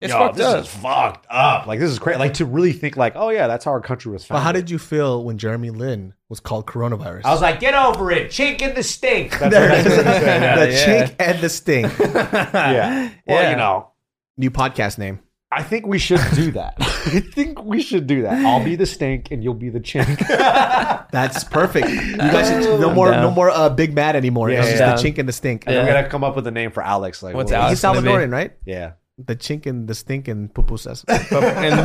Speaker 4: It's
Speaker 3: yo,
Speaker 4: fucked
Speaker 3: this
Speaker 4: up.
Speaker 3: is fucked up. Like this is crazy. Like to really think like, oh yeah, that's how our country was
Speaker 2: But
Speaker 3: founded.
Speaker 2: how did you feel when Jeremy Lin was called coronavirus?
Speaker 3: I was like, get over it, chink in the stink. That's
Speaker 2: there
Speaker 3: what-
Speaker 2: it is.
Speaker 3: that's what I'm saying.
Speaker 4: Yeah,
Speaker 2: the
Speaker 4: yeah.
Speaker 2: chink and the sting.
Speaker 3: yeah. Well,
Speaker 4: Yeah.
Speaker 3: you know,
Speaker 2: New podcast name.
Speaker 3: I think we should do that. I think we should do that. I'll be the stink and you'll be the chink.
Speaker 2: That's perfect. You guys should no
Speaker 4: I'm
Speaker 2: more
Speaker 4: down.
Speaker 2: no more uh, Big Mad anymore.
Speaker 3: Yeah,
Speaker 2: it's
Speaker 3: yeah,
Speaker 2: just the
Speaker 4: yeah.
Speaker 2: chink and the stink.
Speaker 4: Yeah.
Speaker 3: We're gonna come up with a name for Alex. Like,
Speaker 4: What's
Speaker 3: what-
Speaker 4: Alex?
Speaker 2: He's
Speaker 4: It's gonna be-
Speaker 2: Salvadoran, right?
Speaker 3: Yeah.
Speaker 2: The chink and the stink and pupusas.
Speaker 4: But- and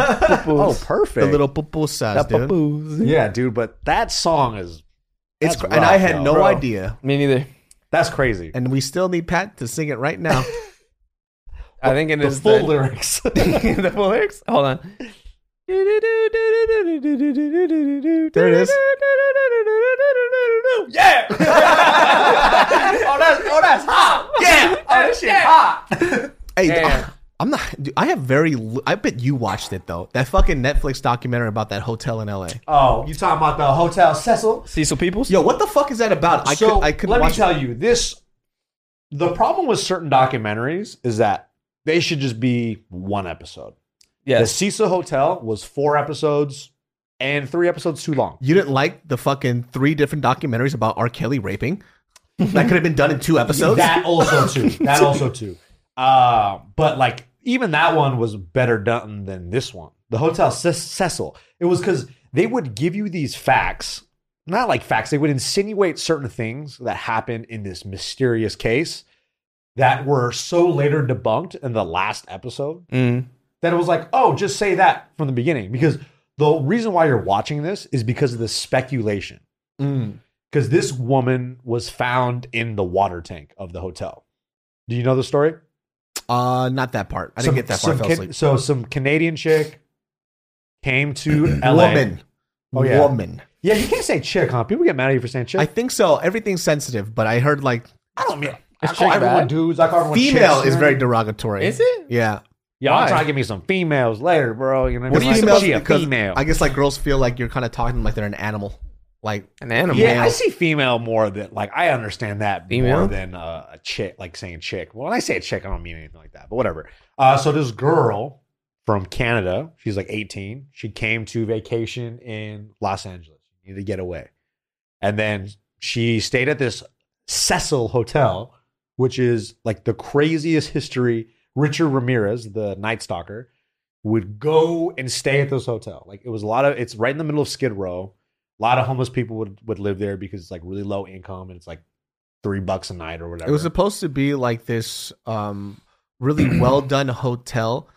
Speaker 3: Oh, perfect.
Speaker 2: the little pupusas,
Speaker 3: Oh,
Speaker 2: dude.
Speaker 3: Yeah, dude, but that song is
Speaker 2: It's
Speaker 3: That's
Speaker 2: cr- and I
Speaker 3: rough,
Speaker 2: had
Speaker 3: yo.
Speaker 2: no
Speaker 4: Bro.
Speaker 2: idea.
Speaker 4: Me neither.
Speaker 3: that's crazy.
Speaker 2: And we still need Pat to sing it right now.
Speaker 4: I think it
Speaker 3: the
Speaker 4: is
Speaker 3: full
Speaker 4: the-
Speaker 3: lyrics.
Speaker 4: the full lyrics. Hold on.
Speaker 2: There
Speaker 4: There
Speaker 2: it is.
Speaker 4: Yeah. oh, that's oh, that's hot. Yeah. Oh, this shit hot.
Speaker 2: hey,
Speaker 4: Yeah.
Speaker 2: I, I'm not. Dude, I have very. li- I bet you watched it though. That fucking Netflix documentary about that hotel in L.A.
Speaker 3: oh, you talking about the hotel Cecil?
Speaker 4: Cecil Peoples.
Speaker 2: Yo, what the fuck is that about? I
Speaker 3: so
Speaker 2: could. I could
Speaker 3: let me
Speaker 2: watch.
Speaker 3: tell you this: the problem with certain documentaries is that they should just be one episode. The
Speaker 4: Yes.
Speaker 3: Cecil Hotel was four episodes and three episodes too long.
Speaker 2: you didn't like the fucking three different documentaries about R. Kelly raping. that could have been done in two episodes.
Speaker 3: That also too. That also too. Uh, but like even that one was better done than this one. The Hotel Ce- Cecil. It was because they would give you these facts, not like facts. They would insinuate certain things that happened in this mysterious case that were so later debunked in the last episode
Speaker 4: Mm.
Speaker 3: that it was like, oh, just say that from the beginning. Because the reason why you're watching this is because of the speculation.
Speaker 2: Mm.
Speaker 3: Because this woman was found in the water tank of the hotel. Do you know the story?
Speaker 2: Uh, not that part. I didn't
Speaker 3: Some-
Speaker 2: get that far. I
Speaker 3: some
Speaker 2: fell
Speaker 3: Can-
Speaker 2: asleep.
Speaker 3: So some Canadian chick came to LA.
Speaker 2: Woman.
Speaker 3: Oh, yeah.
Speaker 2: Woman.
Speaker 3: Yeah, you can't say chick, huh? People get mad at you for saying chick.
Speaker 2: I think so. Everything's sensitive, but I heard like
Speaker 3: I don't mean.
Speaker 4: Is
Speaker 3: I call
Speaker 4: chick
Speaker 3: everyone
Speaker 4: bad?
Speaker 3: dudes. I call everyone
Speaker 2: female
Speaker 3: chicks,
Speaker 2: is
Speaker 3: you know?
Speaker 2: very derogatory.
Speaker 4: Is it?
Speaker 2: Yeah.
Speaker 3: Yeah,
Speaker 4: Why?
Speaker 3: I'm trying to give me some females later, bro. You know
Speaker 4: What do you
Speaker 3: like,
Speaker 4: suppose-
Speaker 3: she a
Speaker 2: because
Speaker 3: female?
Speaker 2: I guess like girls feel like you're kind of talking like they're an animal. Like
Speaker 4: An animal.
Speaker 3: Yeah, I see female more than like I understand that
Speaker 4: Female?
Speaker 3: more than uh, a chick, like saying chick. Well, when I say chick, I don't mean anything like that, but whatever. Uh, so this girl from Canada, she's like 18. She came to vacation in Los Angeles. She needed to get away, and then she stayed at this Cecil Hotel, which is like the craziest history. Richard Ramirez, the Night Stalker, would go and stay at this hotel. Like it was a lot of. It's right in the middle of Skid Row a lot of homeless people would, would live there because it's like really low income and it's like three bucks a night or whatever.
Speaker 2: it was supposed to be like this um really well done hotel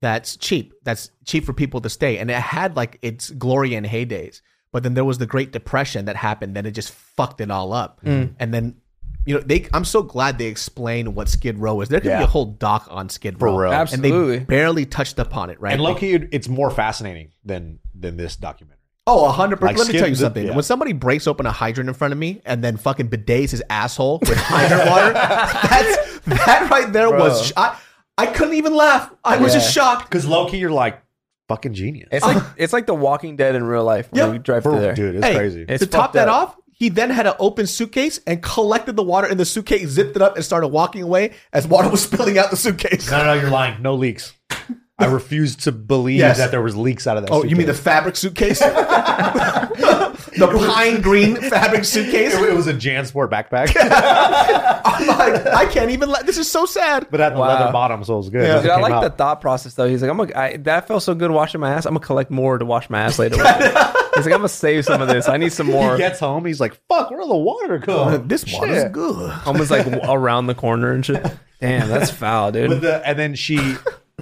Speaker 2: that's cheap. That's cheap for people to stay. And it had like its glory and heydays. But then there was the Great Depression that happened, then it just fucked it all up.
Speaker 4: Mm.
Speaker 2: And then you know, they I'm so glad they explained what Skid Row is. There could be
Speaker 3: Yeah.
Speaker 2: a whole doc on Skid Row.
Speaker 3: real.
Speaker 2: And they
Speaker 4: Absolutely.
Speaker 2: barely touched upon it, right?
Speaker 3: and low key, it- it's more fascinating than than this documentary.
Speaker 2: Oh, a hundred
Speaker 3: Like
Speaker 2: percent. Let me
Speaker 3: skin
Speaker 2: tell you
Speaker 3: dip,
Speaker 2: something.
Speaker 3: yeah.
Speaker 2: When somebody breaks open a hydrant in front of me and then fucking bidets his asshole with hydrant water, that's that right there was. sh- I I couldn't even laugh. I was just shocked.
Speaker 3: Because low key, you're like fucking genius.
Speaker 4: It's like it's like The Walking Dead in real life. When
Speaker 2: Yeah.
Speaker 4: we drive
Speaker 3: For-
Speaker 4: through there.
Speaker 3: dude, it's
Speaker 2: Hey,
Speaker 3: crazy.
Speaker 4: It's
Speaker 2: to top
Speaker 4: fucked
Speaker 2: that
Speaker 4: up.
Speaker 2: off, he then had an open suitcase and collected the water in the suitcase, zipped it up, and started walking away as water was spilling out the suitcase.
Speaker 3: no, no, no, you're lying. No leaks. I refuse to believe
Speaker 2: Yes.
Speaker 3: that there was leaks out of that.
Speaker 2: Oh, you mean the
Speaker 3: suitcase.
Speaker 2: fabric suitcase? the pine green fabric suitcase?
Speaker 3: it, it was a JanSport backpack,
Speaker 2: I'm like, I can't even. La- this is so sad.
Speaker 3: but at the
Speaker 4: Wow.
Speaker 3: leather bottom, so it was good.
Speaker 2: Yeah.
Speaker 3: It
Speaker 4: Dude, I
Speaker 3: came
Speaker 4: like
Speaker 3: out.
Speaker 4: the thought process though. He's like, I'm a, I, that felt so good washing my ass. I'm gonna collect more to wash my ass later. He's like, I'm gonna save some of this. I need some more.
Speaker 3: He gets home, he's like, "Fuck, where did the water go?"
Speaker 2: this water's
Speaker 3: Shit.
Speaker 2: good.
Speaker 4: Almost like w- around the corner and shit. Damn, that's foul, dude.
Speaker 3: But the, and then she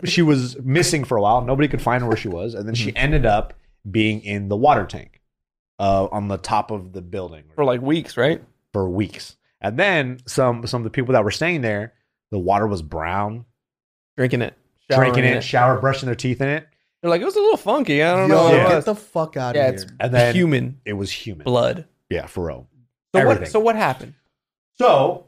Speaker 3: she was
Speaker 4: Mm-hmm.
Speaker 3: missing for a while. Nobody could find where she was, and then she ended up being in the water tank uh, on the top of the building
Speaker 4: for like weeks, right?
Speaker 3: for weeks. And then some some of the people that were staying there, the water was brown,
Speaker 4: Drinking it,
Speaker 3: drinking
Speaker 4: showering
Speaker 3: it, shower brushing their teeth in it,
Speaker 4: They're like, it was a little funky. I don't
Speaker 2: Yo,
Speaker 4: know. what it
Speaker 3: Yeah.
Speaker 2: get
Speaker 4: was."
Speaker 2: the fuck out
Speaker 4: yeah,
Speaker 2: of
Speaker 4: it's
Speaker 2: here.
Speaker 3: and then
Speaker 4: human
Speaker 3: it was human.
Speaker 4: blood.
Speaker 3: Yeah, for real.
Speaker 4: So what?
Speaker 3: Everything.
Speaker 4: So what happened?
Speaker 3: So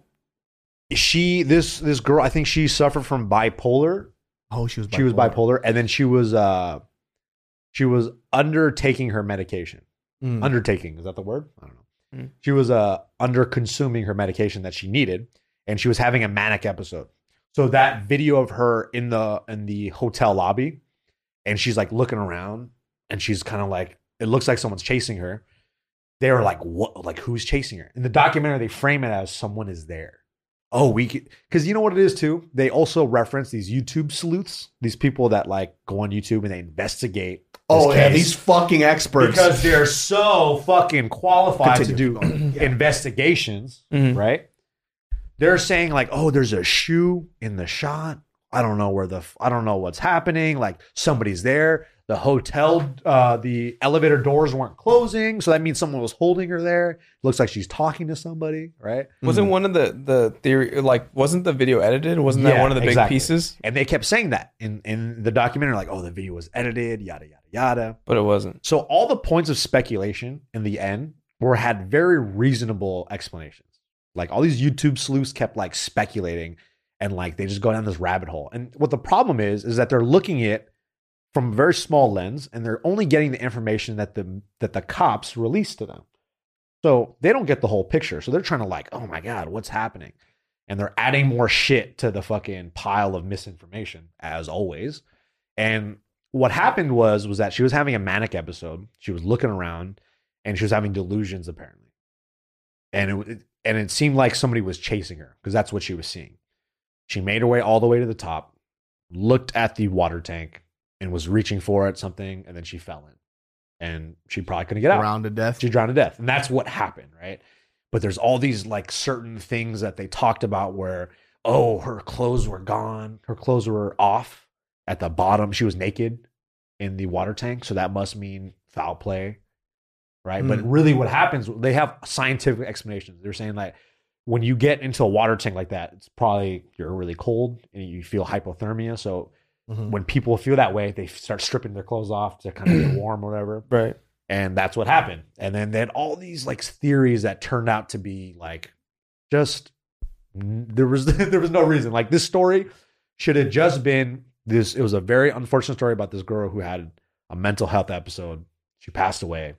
Speaker 3: she this this girl, I think she suffered from bipolar.
Speaker 2: Oh, she was bipolar.
Speaker 3: She was bipolar, and then she was uh she was undertaking her medication.
Speaker 2: Mm.
Speaker 3: Undertaking is that the word? I don't know.
Speaker 4: Mm.
Speaker 3: She was uh under consuming her medication that she needed, and she was having a manic episode. So that video of her in the in the hotel lobby, and she's like looking around, and she's kind of like it looks like someone's chasing her. They were like, "What? Like who's chasing her?" In the documentary, they frame it as someone is there. Oh, we because you know what it is too. They also reference these YouTube sleuths, these people that like go on YouTube and they investigate. this
Speaker 1: Oh, yeah,
Speaker 3: case
Speaker 1: these fucking experts.
Speaker 3: because they're so fucking qualified
Speaker 2: Continue.
Speaker 3: to do investigations,
Speaker 4: Mhm.
Speaker 3: right? They're saying like, "Oh, there's a shoe in the shot. I don't know where the f- I don't know what's happening. Like somebody's there. The hotel, uh, the elevator doors weren't closing, so that means someone was holding her there. Looks like she's talking to somebody, right?
Speaker 4: Wasn't one of the the theory like wasn't the video edited? Wasn't that
Speaker 3: Yeah,
Speaker 4: one of the big
Speaker 3: exactly.
Speaker 4: pieces?
Speaker 3: And they kept saying that in in the documentary, like, "Oh, the video was edited, yada yada yada."
Speaker 4: But it wasn't.
Speaker 3: So all the points of speculation in the end were had very reasonable explanations. Like all these YouTube sleuths kept like speculating and like they just go down this rabbit hole. And what the problem is is that they're looking at from a very small lens and they're only getting the information that the that the cops release to them. So they don't get the whole picture. So they're trying to like, "Oh my god, what's happening?" And they're adding more shit to the fucking pile of misinformation as always. And what happened was was that she was having a manic episode. She was looking around and she was having delusions apparently. And it and it seemed like somebody was chasing her because that's what she was seeing. She made her way all the way to the top, looked at the water tank and was reaching for it something and then she fell in. And she probably couldn't get out.
Speaker 2: Round to death.
Speaker 3: She drowned to death. And that's what happened, right? But there's all these like certain things that they talked about where, oh, her clothes were gone. Her clothes were off at the bottom. She was naked in the water tank. So that must mean foul play, right? But
Speaker 2: Mm.
Speaker 3: really, what happens, they have scientific explanations. They're saying like, when you get into a water tank like that, it's probably you're really cold and you feel hypothermia. So
Speaker 2: Mhm.
Speaker 3: when people feel that way, they start stripping their clothes off to kind of get warm or whatever
Speaker 4: Right.
Speaker 3: and that's what happened and then they had all these like theories that turned out to be like just there was there was no reason like this story should have just been this it was a very unfortunate story about this girl who had a mental health episode she passed away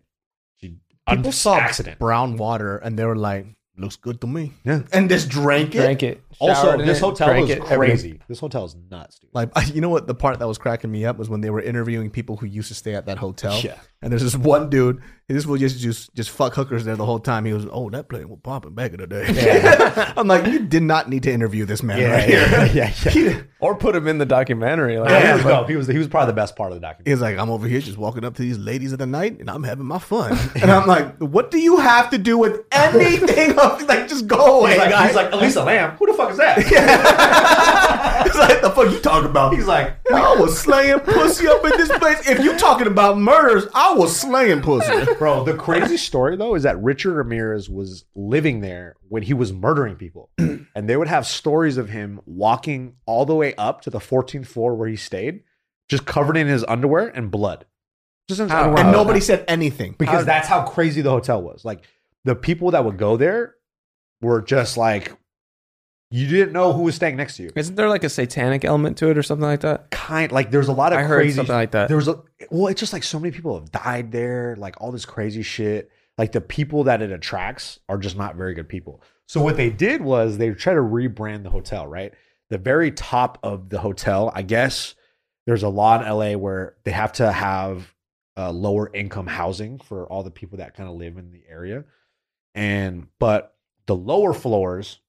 Speaker 3: she
Speaker 2: People saw
Speaker 3: accident
Speaker 2: brown water and they were like, "Looks good to me."
Speaker 3: Yeah.
Speaker 2: And just drank it.
Speaker 4: Drank it.
Speaker 3: also
Speaker 4: showered in
Speaker 3: this
Speaker 4: it,
Speaker 3: hotel
Speaker 4: drank
Speaker 3: was
Speaker 4: it, everything.
Speaker 3: crazy this hotel is nuts dude
Speaker 2: Like you know what the part that was cracking me up was when they were interviewing people who used to stay at that hotel.
Speaker 3: Yeah.
Speaker 2: And there's this one dude, he just will just just just fuck hookers there the whole time. He was, oh, that plane was popping back in the day. I'm like, you did not need to interview this man right here.
Speaker 3: yeah, yeah, yeah.
Speaker 4: Or put him in the documentary. Like,
Speaker 3: Yeah, he was dope. He was he was probably the best part of the documentary.
Speaker 2: He's like, I'm over here just walking up to these ladies at the night and I'm having my fun. And I'm like, what do you have to do with anything? of like, just go away,
Speaker 3: He's like,
Speaker 2: guys.
Speaker 3: he's like Elisa Lamb. Who the fuck is that?
Speaker 2: It's like, the fuck you talking about?
Speaker 3: He's like,
Speaker 2: I was slaying pussy up in this place. If you talking about murders, I was slaying pussy.
Speaker 3: Bro, the crazy story though is that Richard Ramirez was living there when he was murdering people. and they would have stories of him walking all the way up to the 14th floor where he stayed, just covered in his underwear and blood. Just in his
Speaker 4: How?
Speaker 3: underwear.
Speaker 2: And nobody said anything.
Speaker 3: because that's how crazy the hotel was. Like the people that would go there were just like you didn't know who was staying next to you.
Speaker 4: Isn't there like a satanic element to it or something like that?
Speaker 3: Kind like there's a lot of
Speaker 4: I heard
Speaker 3: crazy
Speaker 4: something like that.
Speaker 3: there was a well it's just like so many people have died there like all this crazy shit like the people that it attracts are just not very good people so what they did was they tried to rebrand the hotel right the very top of the hotel i guess there's a law in la where they have to have uh, lower income housing for all the people that kind of live in the area and but the lower floors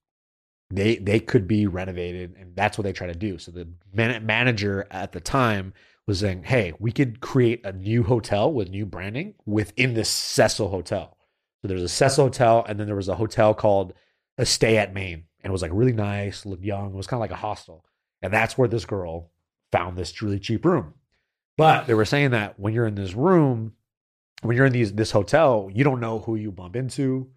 Speaker 3: they they could be renovated and that's what they try to do so the man- manager at the time was saying, "Hey, we could create a new hotel with new branding within this Cecil Hotel." So there's a Cecil Hotel, and then there was a hotel called a Stay at Maine, and it was like really nice, looked young, it was kind of like a hostel, and that's where this girl found this really cheap room. But they were saying that when you're in this room, when you're in these this hotel, you don't know who you bump into,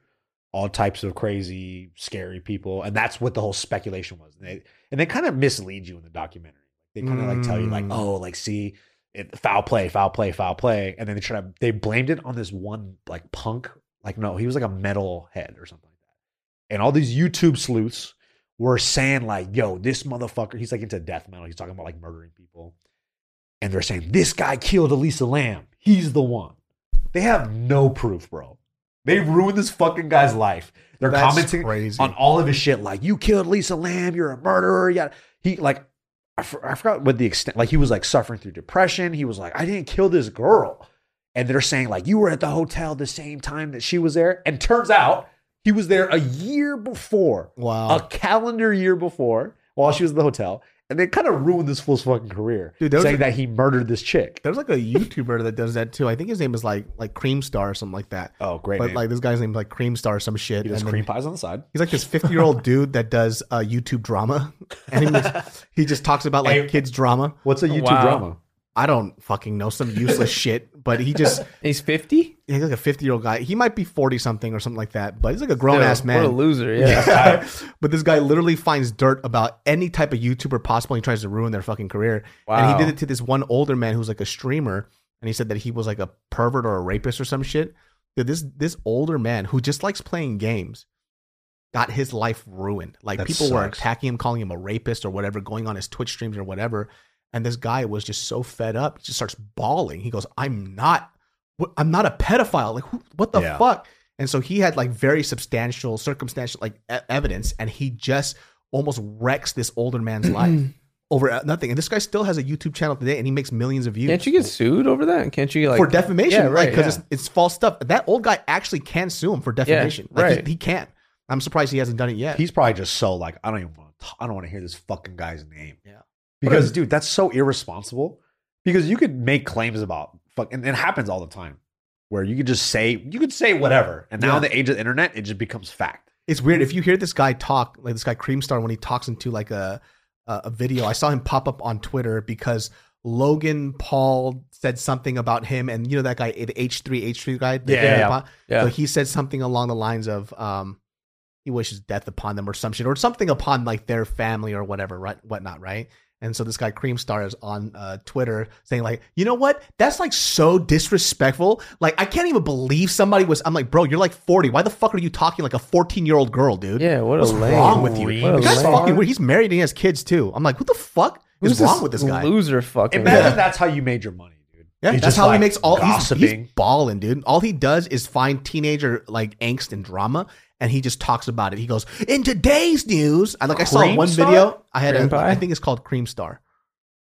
Speaker 3: all types of crazy, scary people, and that's what the whole speculation was. And they, and they kind of mislead you in the documentary. They kind of like tell you like,
Speaker 2: Mm.
Speaker 3: oh, like see, it, foul play, foul play, foul play, and then they try to they blamed it on this one like punk, like no, he was like a metal head or something like that, and all these YouTube sleuths were saying like, yo, this motherfucker, he's like into death metal. He's talking about like murdering people. And they're saying, this guy killed Elisa Lamb. He's the one. They have no proof, bro. They ruined this fucking guy's life. They're
Speaker 2: That's
Speaker 3: commenting
Speaker 2: crazy.
Speaker 3: on all of his shit, like you killed Lisa Lamb, you're a murderer. Yeah, he like I, for, I forgot what the extent. Like he was like suffering through depression. He was like, I didn't kill this girl, and they're saying like you were at the hotel the same time that she was there, and turns out he was there a year before,
Speaker 2: wow,
Speaker 3: a calendar year before, while she was at the hotel, and they kind of ruined this fool's fucking career,
Speaker 2: Dude, those
Speaker 3: saying
Speaker 2: are-
Speaker 3: that he murdered this chick.
Speaker 2: there's like a YouTuber that does that too. I think his name is like like Cream Star or something like that.
Speaker 3: Oh, great!
Speaker 2: but
Speaker 3: name.
Speaker 2: like this guy's name is like Cream Star or some shit.
Speaker 3: he does
Speaker 2: and then
Speaker 3: cream pies on the side.
Speaker 2: He's like this 50 year old dude that does uh, YouTube drama, and he just, he just talks about like
Speaker 3: Hey.
Speaker 2: kids drama.
Speaker 3: What's a YouTube
Speaker 4: Wow.
Speaker 3: drama?
Speaker 2: I don't fucking know some useless shit, but he just
Speaker 4: He's 50?
Speaker 2: he's like a 50 year old guy. He might be 40 something or something like that, but he's like a grown ass man.
Speaker 4: What a loser, yeah.
Speaker 2: but this guy literally finds dirt about any type of YouTuber possible and he tries to ruin their fucking career. And he
Speaker 4: Wow.
Speaker 2: did it to this one older man who's like a streamer and he said that he was like a pervert or a rapist or some shit. Dude, this this older man who just likes playing games got his life ruined. Like
Speaker 3: That
Speaker 2: people were
Speaker 3: sucks.
Speaker 2: attacking him, calling him a rapist or whatever, going on his Twitch streams or whatever. And this guy was just so fed up, he just starts bawling. He goes, "I'm not, wh- I'm not a pedophile. Like, who, what the
Speaker 3: Yeah.
Speaker 2: fuck?" And so he had like very substantial, circumstantial like e- evidence, and he just almost wrecks this older man's life over uh, nothing. And this guy still has a YouTube channel today, and he makes millions of views
Speaker 4: Can't you get sued over that? Can't you like
Speaker 2: for defamation,
Speaker 4: Yeah,
Speaker 2: right?
Speaker 4: right,
Speaker 2: Because it's, it's false stuff. That old guy actually can sue him for defamation. like,
Speaker 4: right.
Speaker 2: He, he can. I'm surprised he hasn't done it yet.
Speaker 3: He's probably just so like, I don't even want to, I don't want to hear this fucking guy's name.
Speaker 4: Yeah.
Speaker 3: Because, dude, that's so irresponsible. Because you could make claims about fuck, and it happens all the time, where you could just say you could say whatever, and now
Speaker 2: Yeah.
Speaker 3: in the age of the internet, it just becomes fact.
Speaker 2: it's weird if you hear this guy talk like this guy Creamstar when he talks into like a a, a video. I saw him pop up on Twitter because Logan Paul said something about him, and you know that guy the H three H three guy. the
Speaker 3: Yeah,
Speaker 2: Dave
Speaker 3: yeah.
Speaker 2: Chappelle?
Speaker 4: Yeah.
Speaker 2: So he said something along the lines of um, he wishes death upon them or some shit or something upon like their family or whatever, right? Whatnot, right? And so this guy Creamstar is on uh, Twitter saying like, you know what? That's like so disrespectful. Like I can't even believe somebody was. I'm like, bro, you're like 40. Why the fuck are you talking like a 14 year old girl, dude?
Speaker 4: Yeah, what
Speaker 2: What's
Speaker 4: a lame.
Speaker 2: wrong with you?
Speaker 4: What a
Speaker 2: The guy's
Speaker 4: lame.
Speaker 2: fucking weird. He's married and he has kids too. I'm like, what the fuck is
Speaker 4: Who's
Speaker 2: wrong with this guy?
Speaker 4: Loser fucking
Speaker 3: Imagine
Speaker 4: guy?
Speaker 3: that's how you made your money, dude.
Speaker 2: Yeah,
Speaker 3: He's
Speaker 2: that's
Speaker 3: just,
Speaker 2: how
Speaker 3: like,
Speaker 2: he makes all he's,
Speaker 3: gossiping.
Speaker 2: he's balling, dude. All he does is find teenager like angst and drama, and he just talks about it. He goes in today's news. I like I saw
Speaker 3: Cream
Speaker 2: one
Speaker 3: Star?
Speaker 2: video. I had
Speaker 4: Cream
Speaker 2: a,
Speaker 4: pie?
Speaker 2: I think it's called Cream Star.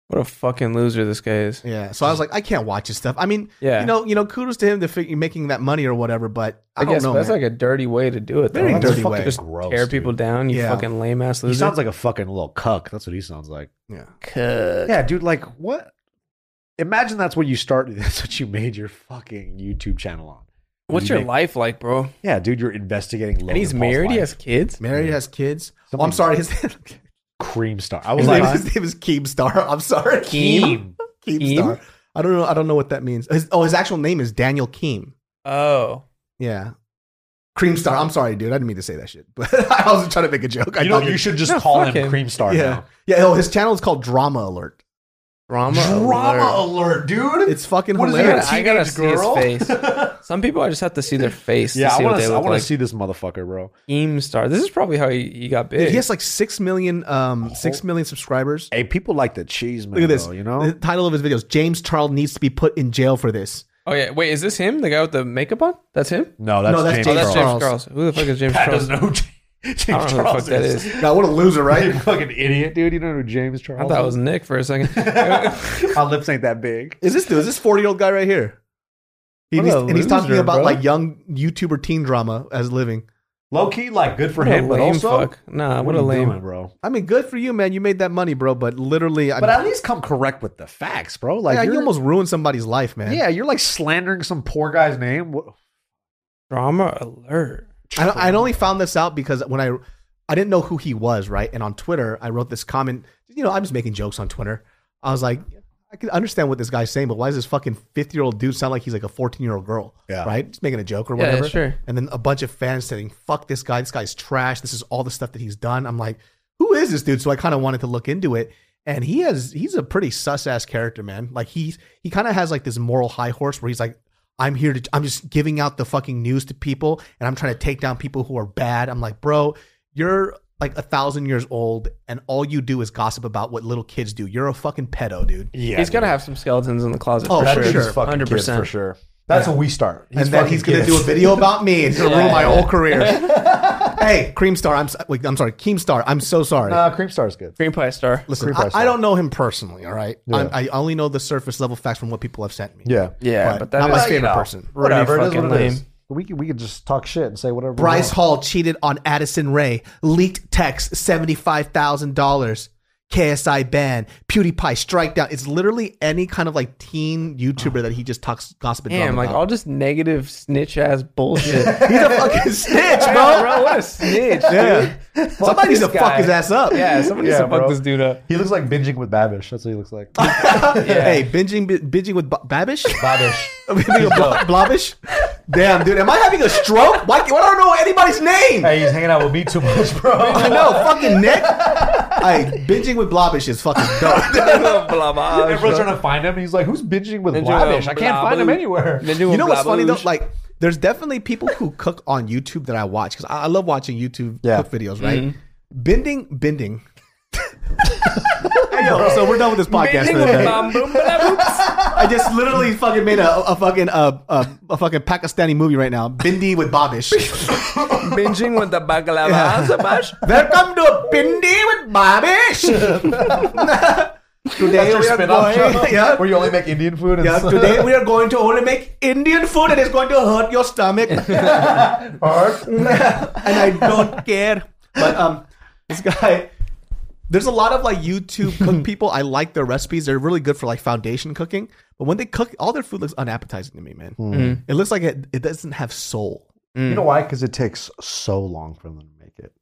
Speaker 4: What a fucking loser this guy is.
Speaker 2: Yeah, so I was like, I can't watch his stuff. I mean,
Speaker 4: Yeah.
Speaker 2: you know, you know, kudos to him to fig- making that money or whatever. But I,
Speaker 4: I,
Speaker 2: don't
Speaker 4: guess
Speaker 2: know,
Speaker 4: that's
Speaker 2: man.
Speaker 4: like a dirty way to do it. Though.
Speaker 2: Very
Speaker 4: That's
Speaker 2: dirty
Speaker 4: fucking
Speaker 2: way.
Speaker 4: Just
Speaker 3: Gross,
Speaker 4: tear
Speaker 3: dude.
Speaker 4: people down. You
Speaker 2: Yeah.
Speaker 4: fucking lame ass
Speaker 3: He
Speaker 4: loser.
Speaker 3: sounds like a fucking little cuck. That's what he sounds like.
Speaker 2: yeah.
Speaker 4: Cuck.
Speaker 3: Yeah, dude. Like what? Imagine that's what you started. That's what you made your fucking YouTube channel on.
Speaker 4: What's
Speaker 3: You
Speaker 4: your
Speaker 3: make-
Speaker 4: life like, bro?
Speaker 3: Yeah, dude. You're investigating. Logan
Speaker 4: and he's
Speaker 3: Paul's
Speaker 4: married. He
Speaker 3: life.
Speaker 4: has kids.
Speaker 2: Married, has kids. Oh, I'm sorry,
Speaker 3: Something-
Speaker 2: his, his
Speaker 3: cream star. I was
Speaker 2: name,
Speaker 3: like,
Speaker 2: his name is Keemstar. I'm sorry,
Speaker 3: Keem.
Speaker 2: Keemstar. I don't know. I don't know what that means. His, oh, his actual name is Daniel Keem.
Speaker 4: Oh,
Speaker 2: Yeah. Cream star. I'm sorry, dude. I didn't mean to say that shit, but I was trying to make a joke. I
Speaker 3: You know,
Speaker 2: thought
Speaker 3: you should just
Speaker 4: No,
Speaker 3: call
Speaker 4: fuck
Speaker 3: him,
Speaker 4: him.
Speaker 3: cream star
Speaker 2: Yeah. Yeah. Oh, his channel is called Drama Alert.
Speaker 4: drama.
Speaker 3: now.
Speaker 4: alert.
Speaker 3: alert, dude.
Speaker 2: It's fucking
Speaker 3: What is he, a
Speaker 2: hilarious.
Speaker 4: got? I gotta
Speaker 3: teenage
Speaker 4: see his
Speaker 3: girl?
Speaker 4: face. Some people I just have to see their face.
Speaker 3: yeah,
Speaker 4: to
Speaker 3: I
Speaker 4: see
Speaker 3: want
Speaker 4: what
Speaker 3: to.
Speaker 4: they
Speaker 3: I
Speaker 4: look
Speaker 3: want to
Speaker 4: like.
Speaker 3: see this motherfucker, bro.
Speaker 4: Keemstar. This is probably how he, he got big.
Speaker 2: He has like six million, um, six million subscribers.
Speaker 3: Hey, people like the cheese man.
Speaker 2: Look at this.
Speaker 3: though, you know.
Speaker 2: The title of his video is James Charles needs to be put in jail for this.
Speaker 4: Oh yeah, wait, is this him? The guy with the makeup on? That's him?
Speaker 3: No, that's,
Speaker 2: No, that's
Speaker 3: James.
Speaker 4: Oh,
Speaker 2: James
Speaker 4: that's
Speaker 2: Charles.
Speaker 4: James Charles. Who the fuck is James
Speaker 3: Pat
Speaker 4: Charles?
Speaker 3: doesn't know who James
Speaker 4: I don't know who the fuck
Speaker 3: Charles
Speaker 4: that
Speaker 3: is.
Speaker 4: is.
Speaker 2: God, what a loser,
Speaker 3: You
Speaker 2: right?
Speaker 3: fucking idiot, dude. You don't know who James
Speaker 4: I
Speaker 3: Charles.
Speaker 4: thought it was
Speaker 3: is?
Speaker 4: Nick for a second.
Speaker 3: My lips ain't that big.
Speaker 2: is this dude? Is this forty year old guy right here? He
Speaker 4: What
Speaker 2: needs,
Speaker 4: a
Speaker 2: and he's talking
Speaker 4: loser,
Speaker 2: about
Speaker 4: bro.
Speaker 2: like young YouTuber teen drama as living.
Speaker 3: Low key, like good for
Speaker 4: What a
Speaker 3: him, but
Speaker 4: lame
Speaker 3: also,
Speaker 4: fuck. Nah, what,
Speaker 3: are
Speaker 4: a
Speaker 3: you
Speaker 4: lame.
Speaker 3: doing, bro.
Speaker 2: I mean, good for you, man. You made that money, bro. But literally, I,
Speaker 3: But at least come correct with the facts, bro. Like
Speaker 2: yeah, you
Speaker 3: you're-
Speaker 2: almost ruined somebody's life, man.
Speaker 3: Yeah, you're like slandering some poor guy's name. What-
Speaker 4: Drama alert.
Speaker 2: I, don't- I only found this out because when I I didn't know who he was, right? And on Twitter, I wrote this comment. You know, I'm just making jokes on Twitter. I was like, I can understand what this guy's saying, but why does this fucking fifth year old dude sound like he's like a fourteen year old girl?
Speaker 3: Yeah.
Speaker 2: right. He's making a joke or
Speaker 4: Yeah,
Speaker 2: whatever.
Speaker 4: sure.
Speaker 2: And then a bunch of fans saying, "Fuck this guy. This guy's trash. This is all the stuff that he's done." I'm like, who is this dude? So I kind of wanted to look into it. And he has he's a pretty sus ass character, man. Like he's he kind of has like this moral high horse where he's like, I'm here to I'm just giving out the fucking news to people and I'm trying to take down people who are bad. I'm like, bro, you're like a thousand years old and all you do is gossip about what little kids do. You're a fucking pedo, dude.
Speaker 3: Yeah,
Speaker 4: He's got to have some skeletons in the closet.
Speaker 2: Oh,
Speaker 4: for
Speaker 2: that
Speaker 4: sure.
Speaker 2: dude's a
Speaker 3: fucking kid
Speaker 4: 100%.
Speaker 3: for sure. That's
Speaker 2: Yeah.
Speaker 3: when we start.
Speaker 2: and then he's gonna
Speaker 3: fucking
Speaker 2: do a
Speaker 3: kids.
Speaker 2: video about me. It's gonna
Speaker 4: Yeah,
Speaker 2: ruin my
Speaker 4: yeah.
Speaker 2: whole career. hey, Creamstar, I'm so- wait, I'm sorry, Keemstar, I'm so sorry.
Speaker 3: Nah, uh, cream star's good.
Speaker 4: Cream pie Uh, star.
Speaker 2: Listen,
Speaker 3: Creeper
Speaker 2: I, I
Speaker 3: style.
Speaker 2: don't know him personally. All right,
Speaker 3: Yeah.
Speaker 2: I'm- I only know the surface level facts from what people have sent me.
Speaker 3: Yeah,
Speaker 4: Yeah,
Speaker 2: but
Speaker 4: but, that
Speaker 2: not
Speaker 4: is
Speaker 2: my
Speaker 4: that's
Speaker 2: favorite person.
Speaker 3: whatever. It is
Speaker 4: fucking
Speaker 3: what it is.
Speaker 4: lame.
Speaker 3: We could, we could just talk shit and say whatever. we
Speaker 2: Bryce
Speaker 3: want.
Speaker 2: Hall cheated on Addison Ray. Leaked text seventy five thousand dollars. KSI ban. PewDiePie strike down. It's literally any kind of like teen YouTuber that he just talks gossip and
Speaker 4: damn,
Speaker 2: drama
Speaker 4: like oh,
Speaker 2: about.
Speaker 4: all just negative snitch ass bullshit.
Speaker 2: He's a fucking snitch,
Speaker 4: Yeah,
Speaker 2: bro.
Speaker 4: bro, what a snitch.
Speaker 2: Yeah. Somebody needs to
Speaker 4: this
Speaker 2: fuck
Speaker 4: guy.
Speaker 2: his ass up.
Speaker 4: Yeah, somebody needs
Speaker 3: Yeah,
Speaker 4: to fuck
Speaker 3: bro.
Speaker 4: this dude up.
Speaker 3: He looks like binging with Babish. That's what he looks like.
Speaker 2: Hey, binging, binging with B- Babish.
Speaker 3: Babish.
Speaker 2: Binging with Bla- Blabish. Damn, dude, am I having a stroke? Why, why don't I know anybody's name?
Speaker 3: hey, he's hanging out with me too much,
Speaker 2: I
Speaker 3: bro.
Speaker 2: know, fucking Nick. Hey, binging with Blabish is fucking dope. Uh,
Speaker 3: Everyone's trying to find him. And he's like, "Who's binging with
Speaker 4: Ninja
Speaker 3: Babish? I can't find him
Speaker 4: Blaboo.
Speaker 3: anywhere."
Speaker 2: you know what's funny though? Like, there's definitely people who cook on YouTube that I watch because I, I love watching YouTube
Speaker 3: Yeah. Mm-hmm.
Speaker 2: cook videos, right? Bending, bending. hey, yo, so we're done with this podcast. for the day. I just literally fucking made a, a fucking uh, a, a fucking Pakistani movie right now. Bindi with Babish.
Speaker 4: binging with the baklava, Sabash.
Speaker 2: Welcome to Bindi with Babish. today we are
Speaker 3: spin-off show
Speaker 2: going. Yeah.
Speaker 3: where you only make Indian food. And
Speaker 2: Yeah, today we are going to only make Indian food and it's going to hurt your stomach. and I don't care. But um, this guy, there's a lot of like YouTube cook people. I like their recipes. They're really good for like foundation cooking. But when they cook, all their food looks unappetizing to me, man. It looks like it, it doesn't have soul.
Speaker 3: You know why? Because it takes so long for them to make it.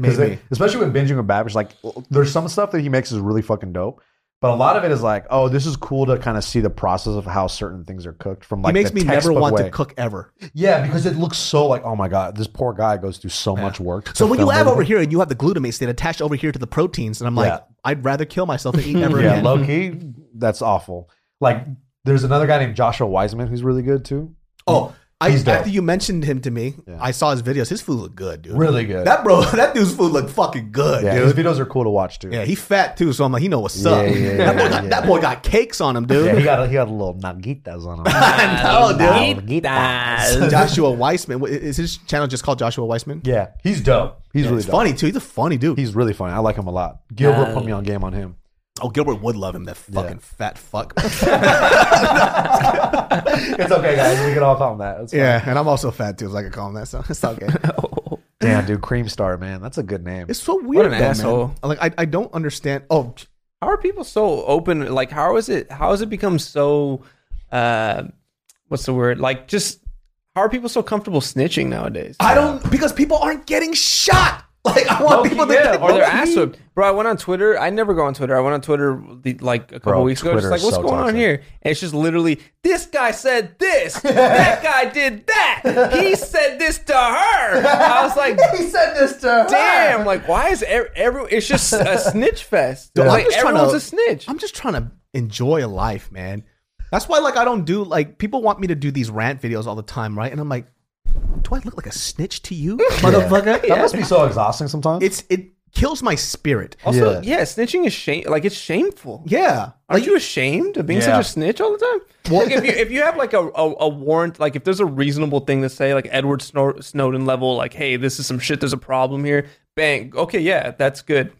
Speaker 3: 'Cause
Speaker 2: Maybe.
Speaker 3: they- especially with binging with Babish, like there's some stuff that he makes is really fucking dope. But a lot of it is like, oh, this is cool to kind of see the process of how certain things are cooked from like
Speaker 2: it makes
Speaker 3: the
Speaker 2: me never
Speaker 3: textbook
Speaker 2: want
Speaker 3: way.
Speaker 2: to cook ever.
Speaker 3: Yeah, because it looks so like, oh my god, this poor guy goes through so much work. to
Speaker 2: So when you
Speaker 3: film
Speaker 2: have over
Speaker 3: everything.
Speaker 2: here and you have the glutamate state attached over here to the proteins, and I'm like,
Speaker 3: Yeah.
Speaker 2: I'd rather kill myself than eat ever
Speaker 3: yeah,
Speaker 2: again.
Speaker 3: low key, that's awful. Like, there's another guy named Joshua Wiseman who's really good too.
Speaker 2: Oh, I,
Speaker 3: He's dope.
Speaker 2: after you mentioned him to me,
Speaker 3: Yeah.
Speaker 2: I saw his videos. His food looked good, dude.
Speaker 3: Really good.
Speaker 2: That bro, that dude's food looked fucking good,
Speaker 3: yeah, his
Speaker 2: dude.
Speaker 3: videos are cool to watch too.
Speaker 2: Yeah, he fat too, so I'm like, he know what's up.
Speaker 3: Yeah, yeah,
Speaker 2: that, boy
Speaker 3: yeah,
Speaker 2: got,
Speaker 3: yeah.
Speaker 2: that boy got cakes on him,
Speaker 3: Yeah,
Speaker 2: dude.
Speaker 3: he got he got little nagitas on him.
Speaker 2: I know, dude.
Speaker 3: Nagitas.
Speaker 2: Joshua Weissman. What- Is his channel just called Joshua Weissman?
Speaker 3: Yeah, he's dope. He's really
Speaker 2: He's
Speaker 3: dope.
Speaker 2: funny too. He's a funny dude.
Speaker 3: He's really funny. I like him a lot. Gilbert put me on game on him.
Speaker 2: oh, Gilbert would love him. That fucking fat fuck.
Speaker 3: It's okay, guys. We can all call him that. It's fine.
Speaker 2: yeah, and I'm also fat too, so I can call him that. So it's okay.
Speaker 3: Damn, dude, Cream Star, man. That's a good name.
Speaker 2: It's so weird.
Speaker 4: an
Speaker 2: though, man.
Speaker 4: asshole.
Speaker 2: Like I, I don't understand. Oh,
Speaker 4: How are people so open? Like, how is it? How has it become so? Uh, what's the word? Like, just how are people so comfortable snitching nowadays?
Speaker 2: I don't because people aren't getting shot. Like I
Speaker 3: Oh,
Speaker 2: want people to get
Speaker 4: or their ass whipped. Bro, I went on Twitter. I never go on Twitter. I went on Twitter the, like a couple
Speaker 3: Bro,
Speaker 4: weeks ago. Just
Speaker 3: Twitter
Speaker 4: like,
Speaker 3: is
Speaker 4: what's
Speaker 3: so
Speaker 4: going on
Speaker 3: toxic.
Speaker 4: here? And it's just literally, this guy said this. that guy did that. He said this to her. I was like,
Speaker 3: he said this to
Speaker 4: damn. Like, why is every, every it's just a snitch fest?
Speaker 2: Dude, I'm
Speaker 4: Like,
Speaker 2: just trying
Speaker 4: everyone's
Speaker 2: to-
Speaker 4: a snitch.
Speaker 2: I'm just trying to enjoy a life, man. That's why, like, I don't do like people want me to do these rant videos all the time, right? And I'm like, do I look like a snitch to you, motherfucker?
Speaker 3: That must be so exhausting sometimes.
Speaker 2: It's it kills my spirit.
Speaker 3: Oh.
Speaker 4: Also, yeah, snitching is shame. Like, it's shameful.
Speaker 2: Yeah,
Speaker 4: Are you ashamed of being
Speaker 3: Yeah.
Speaker 4: such a snitch all the time? like if you if you have like a, a, a warrant, like if there's a reasonable thing to say, like Edward Snor- Snowden level, like hey, this is some shit. There's a problem here. Bang. Okay, yeah, that's good.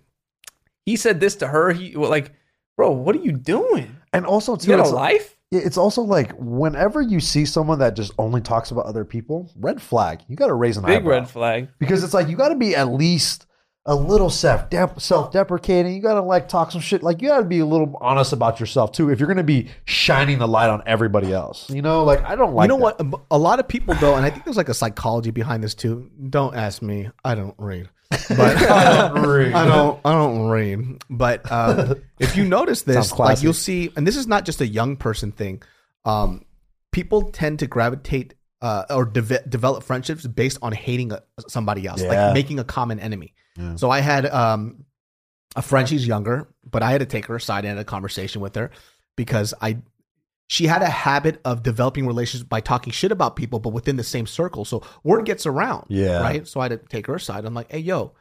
Speaker 4: He said this to her. He well, like, bro, what are you doing?
Speaker 3: and also too,
Speaker 4: You got a
Speaker 3: it's-
Speaker 4: life?
Speaker 3: It's also like whenever you see someone that just only talks about other people, red flag. You got to raise an
Speaker 4: Big
Speaker 3: eyebrow.
Speaker 4: red flag.
Speaker 3: because it's like you got to be at least a little self self deprecating. You gotta like talk some shit. Like you gotta be a little honest about yourself too. If you're gonna be shining the light on everybody else, you know, like I don't like.
Speaker 2: you know
Speaker 3: that.
Speaker 2: what? A- A lot of people though, and I think there's like a psychology behind this too. Don't ask me. I don't read, but
Speaker 3: I don't agree.
Speaker 2: I don't. I don't read. But um, if you notice
Speaker 3: Sounds
Speaker 2: this,
Speaker 3: classy.
Speaker 2: like you'll see, and this is not just a young person thing. Um, people tend to gravitate uh, or deve- develop friendships based on hating a, somebody else,
Speaker 3: Yeah.
Speaker 2: like making a common enemy.
Speaker 3: Yeah.
Speaker 2: So I had um, a friend. She's younger, but I had to take her aside and had a conversation with her because I she had a habit of developing relations by talking shit about people, but within the same circle. So word gets around.
Speaker 3: Yeah.
Speaker 2: Right. So I had to take her aside. I'm like, hey, yo,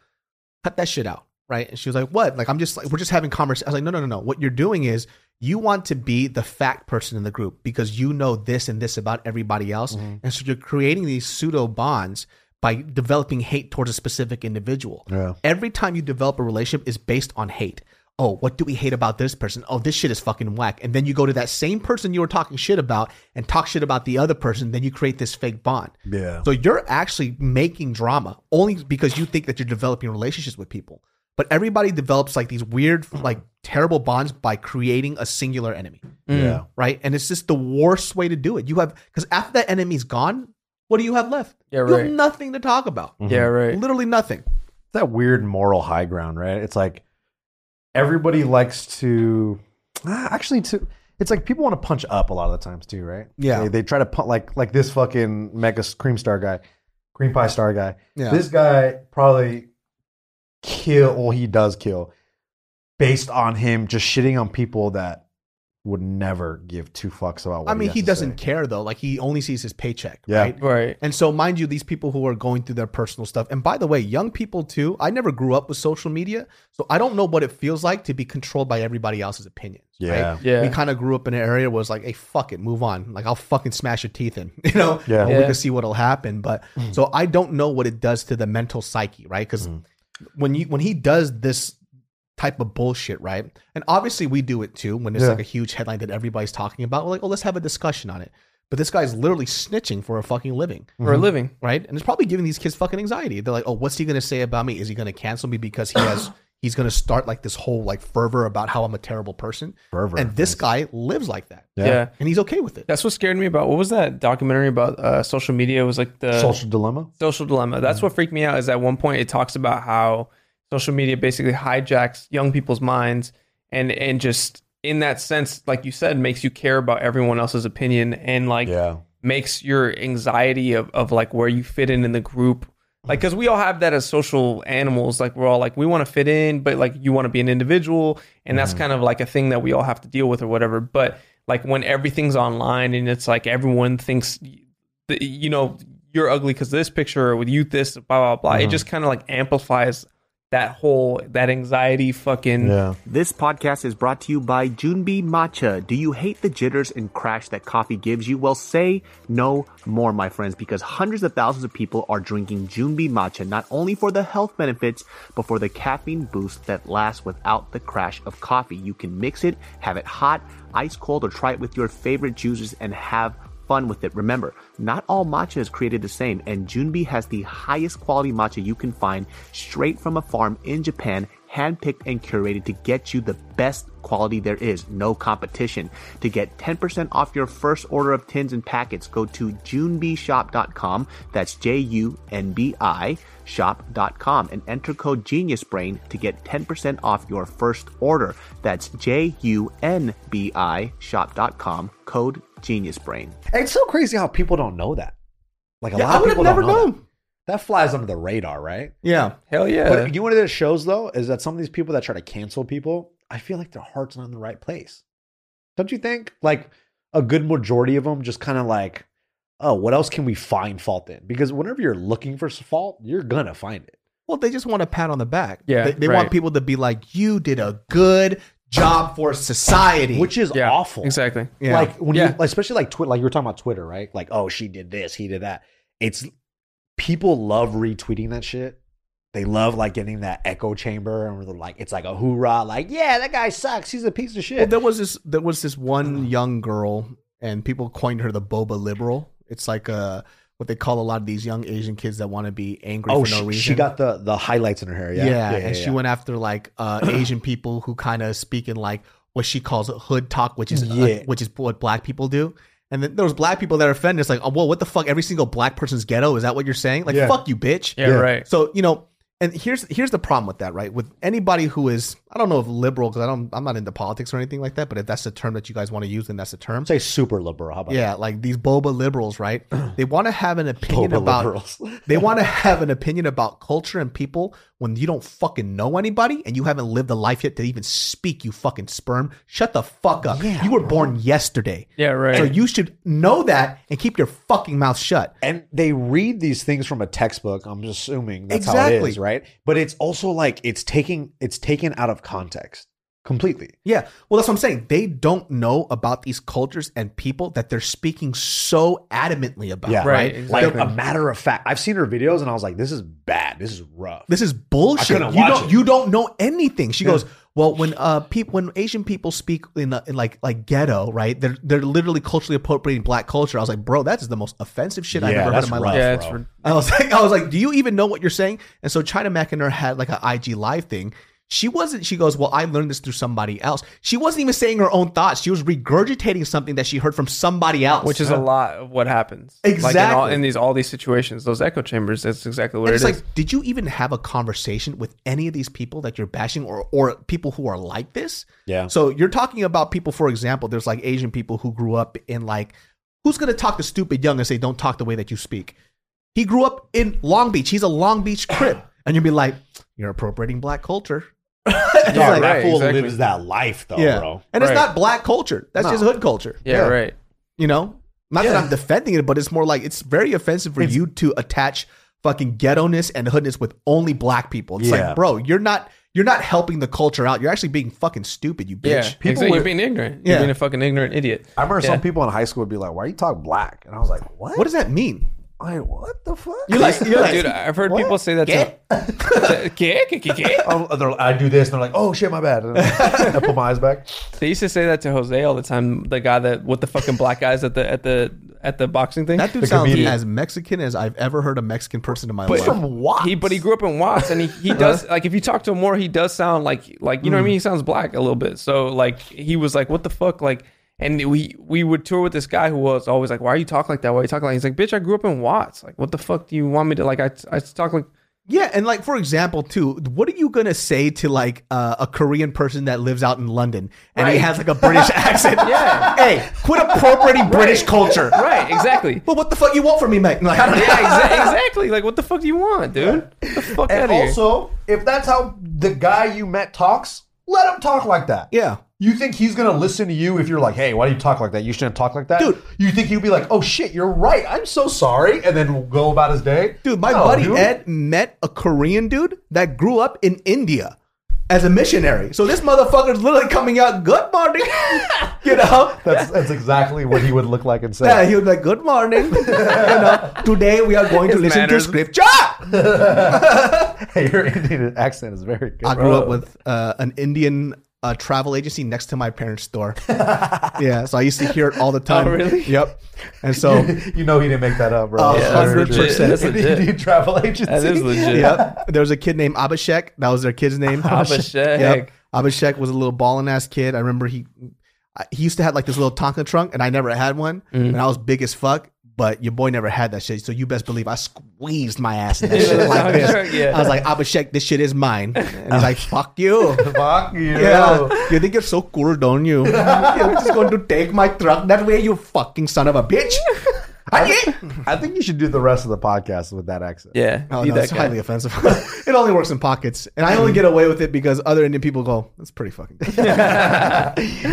Speaker 2: cut that shit out. Right. And she was like, what? Like, I'm just like, we're just having conversation. I was like, no, no, no, no. What you're doing is you want to be the fact person in the group because you know this and this about everybody else.
Speaker 3: Mm-hmm.
Speaker 2: And so you're creating these pseudo bonds by developing hate towards a specific individual.
Speaker 3: Yeah.
Speaker 2: Every time you develop a relationship is based on hate. Oh, what do we hate about this person? Oh, this shit is fucking whack. And then you go to that same person you were talking shit about and talk shit about the other person, then you create this fake bond.
Speaker 3: Yeah.
Speaker 2: So you're actually making drama only because you think that you're developing relationships with people. But everybody develops like these weird, like terrible bonds by creating a singular enemy,
Speaker 3: Yeah.
Speaker 2: right? And it's just the worst way to do it. You have because after that enemy's gone, what do you have left?
Speaker 4: Yeah,
Speaker 2: You
Speaker 4: right.
Speaker 2: have nothing to talk about.
Speaker 4: Yeah, right.
Speaker 2: Literally nothing.
Speaker 3: that weird moral high ground, right? It's like everybody likes to Ah, actually to it's like people want to punch up a lot of the times too, right?
Speaker 2: Yeah.
Speaker 3: They, they try to punch like like this fucking mega cream star guy, cream pie star guy.
Speaker 2: Yeah.
Speaker 3: This guy probably kill well, he does kill based on him just shitting on people that would never give two fucks about what
Speaker 2: I mean,
Speaker 3: has
Speaker 2: he
Speaker 3: to
Speaker 2: doesn't
Speaker 3: say.
Speaker 2: care though. Like he only sees his paycheck,
Speaker 3: Yeah.
Speaker 2: right?
Speaker 4: Right.
Speaker 2: And so, mind you, these people who are going through their personal stuff, and by the way, young people too, I never grew up with social media, so I don't know what it feels like to be controlled by everybody else's opinions.
Speaker 3: Yeah.
Speaker 2: Right?
Speaker 4: Yeah.
Speaker 2: We kind of grew up in an area where it's like, hey, fuck it, move on. Like, I'll fucking smash your teeth in, you know?
Speaker 3: Yeah. Mm.
Speaker 2: Or we
Speaker 4: Yeah.
Speaker 2: can see what'll happen. But so I don't know what it does to the mental psyche, right? Because when you when he does this type of bullshit, right? And obviously we do it too when it's
Speaker 3: Yeah.
Speaker 2: like a huge headline that everybody's talking about. We're like, oh, let's have a discussion on it. But this guy's literally snitching for a fucking living
Speaker 4: For a living.
Speaker 2: right? And it's probably giving these kids fucking anxiety. They're like, "Oh, what's he gonna say about me? Is he gonna cancel me because he has he's gonna start like this whole like fervor about how I'm a terrible person?"
Speaker 3: Fervor,
Speaker 2: And this guy lives like that,
Speaker 3: Yeah.
Speaker 4: yeah.
Speaker 2: and he's okay with it.
Speaker 4: That's what scared me about what was that documentary about uh, social media? It was like the social,
Speaker 3: social dilemma.
Speaker 4: dilemma. That's what freaked me out. Is at one point it talks about how social media basically hijacks young people's minds and and just in that sense, like you said, makes you care about everyone else's opinion and like
Speaker 3: Yeah.
Speaker 4: makes your anxiety of, of like where you fit in in the group like because we all have that as social animals like we're all like we want to fit in but like you want to be an individual
Speaker 3: Mm-hmm.
Speaker 4: and that's kind of like a thing that we all have to deal with or whatever but like when everything's online and it's like everyone thinks that, you know you're ugly because this picture or with you this blah blah blah
Speaker 3: Mm-hmm.
Speaker 4: it just kind of like amplifies that whole that anxiety fucking
Speaker 3: Yeah.
Speaker 1: This podcast is brought to you by Junbi Matcha. Do you hate the jitters and crash that coffee gives you? Well, say no more, my friends, because hundreds of thousands of people are drinking Junbi Matcha, not only for the health benefits, but for the caffeine boost that lasts without the crash of coffee. You can mix it, have it hot, ice cold, or try it with your favorite juices and have fun with it. Remember, not all matcha is created the same, and Junbi has the highest quality matcha you can find straight from a farm in Japan, handpicked and curated to get you the best quality there is. No competition. To get 10% off your first order of tins and packets, go to junbishop.com. That's J U N B I shop.com and enter code geniusbrain to get 10% off your first order that's j-u-n-b-i shop.com code geniusbrain
Speaker 3: It's so crazy how people don't know that. Like a
Speaker 2: Yeah,
Speaker 3: lot
Speaker 2: I
Speaker 3: of
Speaker 2: would
Speaker 3: people
Speaker 2: have
Speaker 3: don't
Speaker 2: never
Speaker 3: know that.
Speaker 2: known.
Speaker 3: That flies under the radar, right?
Speaker 2: Yeah,
Speaker 4: hell yeah
Speaker 3: But you know what it shows though is that some of these people that try to cancel people, I feel like their heart's not in the right place. Don't you think? Like a good majority of them just kind of like, oh, what else can we find fault in? Because whenever you're looking for s- fault, you're gonna find it.
Speaker 2: Well, they just want a pat on the back.
Speaker 4: Yeah,
Speaker 2: they, they
Speaker 4: right.
Speaker 2: want people to be like, "You did a good job for society."
Speaker 3: Which is
Speaker 4: yeah
Speaker 3: awful.
Speaker 4: exactly
Speaker 2: yeah.
Speaker 3: Like when
Speaker 4: Yeah.
Speaker 3: you like, especially like Twitter, like you were talking about Twitter, right? Like, oh, she did this, he did that. It's people love retweeting that shit. They love like getting that echo chamber and we're like it's like a hoorah, like, yeah, that guy sucks. He's a piece of shit.
Speaker 2: Well, there was this there was this one young girl, and people coined her the boba liberal. It's like a what they call a lot of these young Asian kids that want to be angry
Speaker 3: Oh,
Speaker 2: for no
Speaker 3: she,
Speaker 2: reason.
Speaker 3: she got the the highlights in her hair.
Speaker 2: yeah,
Speaker 3: Yeah,
Speaker 2: and she went after like uh, Asian people who kind of speak in like what she calls hood talk, which is uh,
Speaker 3: Yeah.
Speaker 2: which is what black people do. And then there was black people that are offended. It's like, oh, well, what the fuck? Every single black person's ghetto? Is that what you're saying? Like,
Speaker 3: Yeah.
Speaker 2: fuck you, bitch.
Speaker 4: Yeah,
Speaker 3: Yeah.
Speaker 4: right.
Speaker 2: So you know, and here's here's the problem with that, right? With anybody who is, I don't know if liberal because I don't, I'm not into politics or anything like that. But if that's the term that you guys want to use, then that's the term.
Speaker 3: I'd say super liberal. How about
Speaker 2: Yeah, like these boba liberals, right? They want to have an
Speaker 3: that?
Speaker 2: opinion
Speaker 3: Boba
Speaker 2: about
Speaker 3: liberals.
Speaker 2: they want to have an opinion about culture and people when you don't fucking know anybody and you haven't lived a life yet to even speak. You fucking sperm, shut the fuck up.
Speaker 3: Yeah,
Speaker 2: you were born yesterday,
Speaker 4: Yeah, right.
Speaker 2: so you should know that and keep your fucking mouth shut.
Speaker 3: and they read these things from a textbook. I'm assuming that's how it
Speaker 2: Exactly.
Speaker 3: is, right? But it's also like it's taking it's taken out of context completely.
Speaker 2: Yeah. Well, that's what I'm saying. They don't know about these cultures and people that they're speaking so adamantly about.
Speaker 3: Yeah.
Speaker 2: Yeah.
Speaker 4: right.
Speaker 2: Right.
Speaker 3: Like
Speaker 4: exactly.
Speaker 3: a matter of fact, I've seen her videos and I was like, this is bad. This is rough.
Speaker 2: This is bullshit.
Speaker 3: I couldn't
Speaker 2: you
Speaker 3: watch
Speaker 2: don't
Speaker 3: it.
Speaker 2: you don't know anything. She
Speaker 3: Yeah.
Speaker 2: goes, "Well, when uh people when Asian people speak in, uh, in like like ghetto, right? They're they're literally culturally appropriating black culture." I was like, "Bro, that is the most offensive shit I've
Speaker 3: Yeah,
Speaker 2: ever heard
Speaker 3: that's
Speaker 2: in my
Speaker 3: rough.
Speaker 2: life."
Speaker 4: yeah, it's
Speaker 3: bro.
Speaker 4: re-
Speaker 2: I was like, I was like, do you even know what you're saying? And so China McInerney had like an IG live thing. She wasn't. She goes, well, I learned this through somebody else. She wasn't even saying her own thoughts. She was regurgitating something that she heard from somebody else.
Speaker 4: which is a lot of what happens. Like in, all,
Speaker 2: Exactly.
Speaker 4: in these all these situations, those echo chambers. That's exactly what
Speaker 2: And it's
Speaker 4: it is.
Speaker 2: like, did you even have a conversation with any of these people that you're bashing, or or people who are like this?
Speaker 3: Yeah.
Speaker 2: So you're talking about people, for example, there's like Asian people who grew up in like, who's gonna talk to stupid young and say, don't talk the way that you speak? He grew up in Long Beach. He's a Long Beach crib, and you'd be like, you're appropriating black culture. It's
Speaker 3: yeah,
Speaker 2: like-
Speaker 3: that
Speaker 4: right,
Speaker 3: fool
Speaker 4: exactly.
Speaker 3: lives that life though,
Speaker 2: yeah,
Speaker 3: Oh, bro.
Speaker 2: and
Speaker 4: Right.
Speaker 2: it's not black culture. That's
Speaker 3: No.
Speaker 2: just hood culture.
Speaker 4: yeah, right.
Speaker 2: You know, not
Speaker 3: Yeah.
Speaker 2: that I'm defending it, but it's more like it's very offensive for you to attach fucking ghettoness and hoodness with only black people. It's
Speaker 3: Yeah.
Speaker 2: like, bro, you're not you're not helping the culture out. You're actually being fucking stupid, you
Speaker 4: Yeah,
Speaker 2: bitch.
Speaker 4: people
Speaker 3: People
Speaker 4: exactly. you're
Speaker 3: with-
Speaker 4: being ignorant. You're
Speaker 2: Yeah.
Speaker 4: being a fucking ignorant idiot.
Speaker 3: I remember
Speaker 4: Yeah.
Speaker 3: some people in high school would be like, Why you talk black? And I was like, What?
Speaker 2: What does that mean?
Speaker 3: Like, what the fuck?
Speaker 2: You're like, you're like
Speaker 4: Dude, I've heard people say that. To, Get? Get, get, get.
Speaker 3: Oh, they're- I do this, and they're like, "Oh shit, my bad." And I put my eyes back.
Speaker 4: They used to say that to Jose all the time. The guy that with the fucking black guys at the at the at the boxing thing.
Speaker 2: that dude
Speaker 3: The
Speaker 2: sounds
Speaker 3: comedian.
Speaker 2: as Mexican as I've ever heard a Mexican person in my
Speaker 3: But
Speaker 2: life.
Speaker 3: from what?
Speaker 4: he, but he grew up in Watts, and he, he does
Speaker 3: Uh-huh.
Speaker 4: like if you talk to him more, he does sound like like you
Speaker 3: Hmm.
Speaker 4: know what I mean. He sounds black a little bit. So like he was like, what the fuck, like. And we we would tour with this guy who was always like, why are you talk like that? Why are you talk like? He's like, bitch, I grew up in Watts. Like, what the fuck do you want me to like? I I talk like
Speaker 2: yeah, and like for example, too, what are you gonna say to like uh, a Korean person that lives out in London and he
Speaker 4: Right.
Speaker 2: has like a British accent?
Speaker 4: Yeah.
Speaker 2: hey, quit appropriating British culture.
Speaker 4: right, exactly.
Speaker 2: Well, what the fuck you want from me, mate? Like, I don't know.
Speaker 4: yeah, exa- exactly. Like, what the fuck do you want, dude? Get The fuck out
Speaker 3: And
Speaker 4: of here.
Speaker 3: also, if that's how the guy you met talks, let him talk like that.
Speaker 2: Yeah.
Speaker 3: You think he's gonna listen to you if you're like, "Hey, why do you talk like that? You shouldn't talk like that."
Speaker 2: Dude.
Speaker 3: you think he'd be like, "Oh shit, you're right. I'm so sorry," and then go about his day.
Speaker 2: Dude, my
Speaker 3: No,
Speaker 2: buddy
Speaker 3: dude.
Speaker 2: Ed met a Korean dude that grew up in India as a missionary. So this motherfucker's literally coming out, good morning. you know?
Speaker 3: That's that's exactly what he would look like and say.
Speaker 2: Yeah, he was like, good morning. you know, today we are going to
Speaker 4: His
Speaker 2: listen
Speaker 4: manners.
Speaker 2: to scripture.
Speaker 3: hey, your Indian accent is very good.
Speaker 2: I grew up with uh, an Indian uh, travel agency next to my parents' store. yeah, so I used to hear it all the time.
Speaker 4: Oh, really?
Speaker 2: Yep. And so,
Speaker 3: you know he didn't make that up, bro.
Speaker 2: A
Speaker 3: That's
Speaker 2: Uh, hundred
Speaker 3: legit.
Speaker 2: percent.
Speaker 4: That's legit.
Speaker 3: Indian travel agency.
Speaker 4: That is legit.
Speaker 2: yep, there was a kid named Abhishek. That was their kid's name.
Speaker 4: Abhishek.
Speaker 2: Yep. Abhishek was a little ballin' ass kid. I remember he I- he used to have like this little Tonka trunk, and I never had one.
Speaker 4: Mm-hmm.
Speaker 2: And I was big as fuck, but your boy never had that shit. So you best believe I squeezed my ass in that shit like
Speaker 4: Tonka trunk,
Speaker 2: this.
Speaker 4: yeah.
Speaker 2: I was like, Abhishek, this shit is mine. And he's like, fuck you.
Speaker 3: Fuck you.
Speaker 2: Yeah, you think you're so cool, don't you? you're just going to take my truck that way, you fucking son of a bitch. I
Speaker 3: I think you should do the rest of the podcast with that accent.
Speaker 4: Yeah,
Speaker 2: Oh,
Speaker 4: be
Speaker 2: no,
Speaker 4: that
Speaker 2: it's
Speaker 4: guy.
Speaker 2: highly offensive. it only works in pockets, and I only get away with it because other Indian people go, "That's pretty fucking." Good.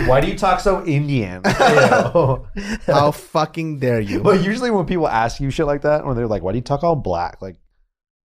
Speaker 3: Why do you talk so Indian?
Speaker 2: How fucking dare you?
Speaker 3: but usually when people ask you shit like that, when they're like, "Why do you talk all black?" Like,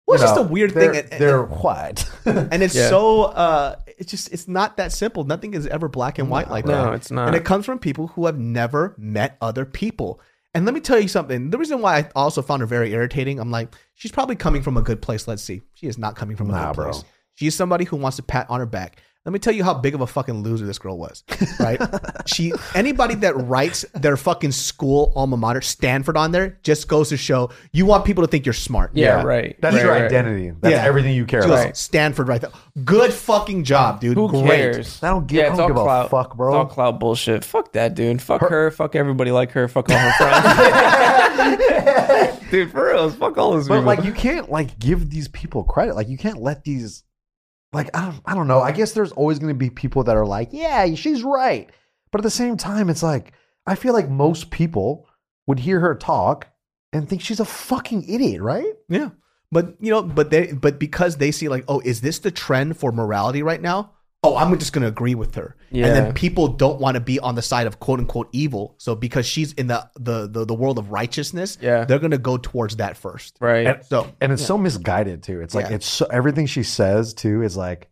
Speaker 2: Well, it's
Speaker 3: you
Speaker 2: just a
Speaker 3: know,
Speaker 2: weird
Speaker 3: they're,
Speaker 2: thing, and,
Speaker 3: they're white.
Speaker 2: and it's
Speaker 4: Yeah.
Speaker 2: so uh, it's just it's not that simple. Nothing is ever black and white like
Speaker 4: No,
Speaker 2: that.
Speaker 4: it's not.
Speaker 2: and it comes from people who have never met other people. And let me tell you something. The reason why I also found her very irritating, I'm like, she's probably coming from a good place. Let's see, she is not coming from a
Speaker 3: Nah,
Speaker 2: good
Speaker 3: bro.
Speaker 2: place. She is somebody who wants to pat on her back. Let me tell you how big of a fucking loser this girl was, right? she anybody that writes their fucking school alma mater, Stanford, on there, just goes to show you want people to think you're smart.
Speaker 4: Yeah, right.
Speaker 3: That's
Speaker 4: right,
Speaker 3: your
Speaker 4: right.
Speaker 3: identity. That's
Speaker 2: Yeah.
Speaker 3: everything you care
Speaker 2: She goes,
Speaker 3: about.
Speaker 2: Stanford, right there. Good fucking job, dude.
Speaker 4: Who
Speaker 2: Great.
Speaker 4: cares?
Speaker 3: I don't give- I
Speaker 4: it's
Speaker 3: don't
Speaker 4: all
Speaker 3: give a
Speaker 4: clout.
Speaker 3: fuck, bro.
Speaker 4: It's all clout bullshit. Fuck that, dude. Fuck her. Fuck everybody like her. Fuck all her friends. dude, for real. Fuck all those
Speaker 3: But
Speaker 4: people.
Speaker 3: like, you can't like give these people credit. Like, you can't let these. Like, I don't, I don't know. I guess there's always going to be people that are like, yeah, she's right. But at the same time, it's like I feel like most people would hear her talk and think she's a fucking idiot, right?
Speaker 2: Yeah. But you know, but they but because they see like, oh, is this the trend for morality right now? Oh, I'm just gonna agree with her. And
Speaker 4: Yeah.
Speaker 2: then people don't want to be on the side of quote unquote evil. So because she's in the the the, the world of righteousness,
Speaker 4: Yeah.
Speaker 2: they're gonna go towards that first.
Speaker 4: right.
Speaker 3: And-
Speaker 2: So
Speaker 3: and it's so misguided too. It's like
Speaker 2: Yeah.
Speaker 3: it's so, everything she says too is like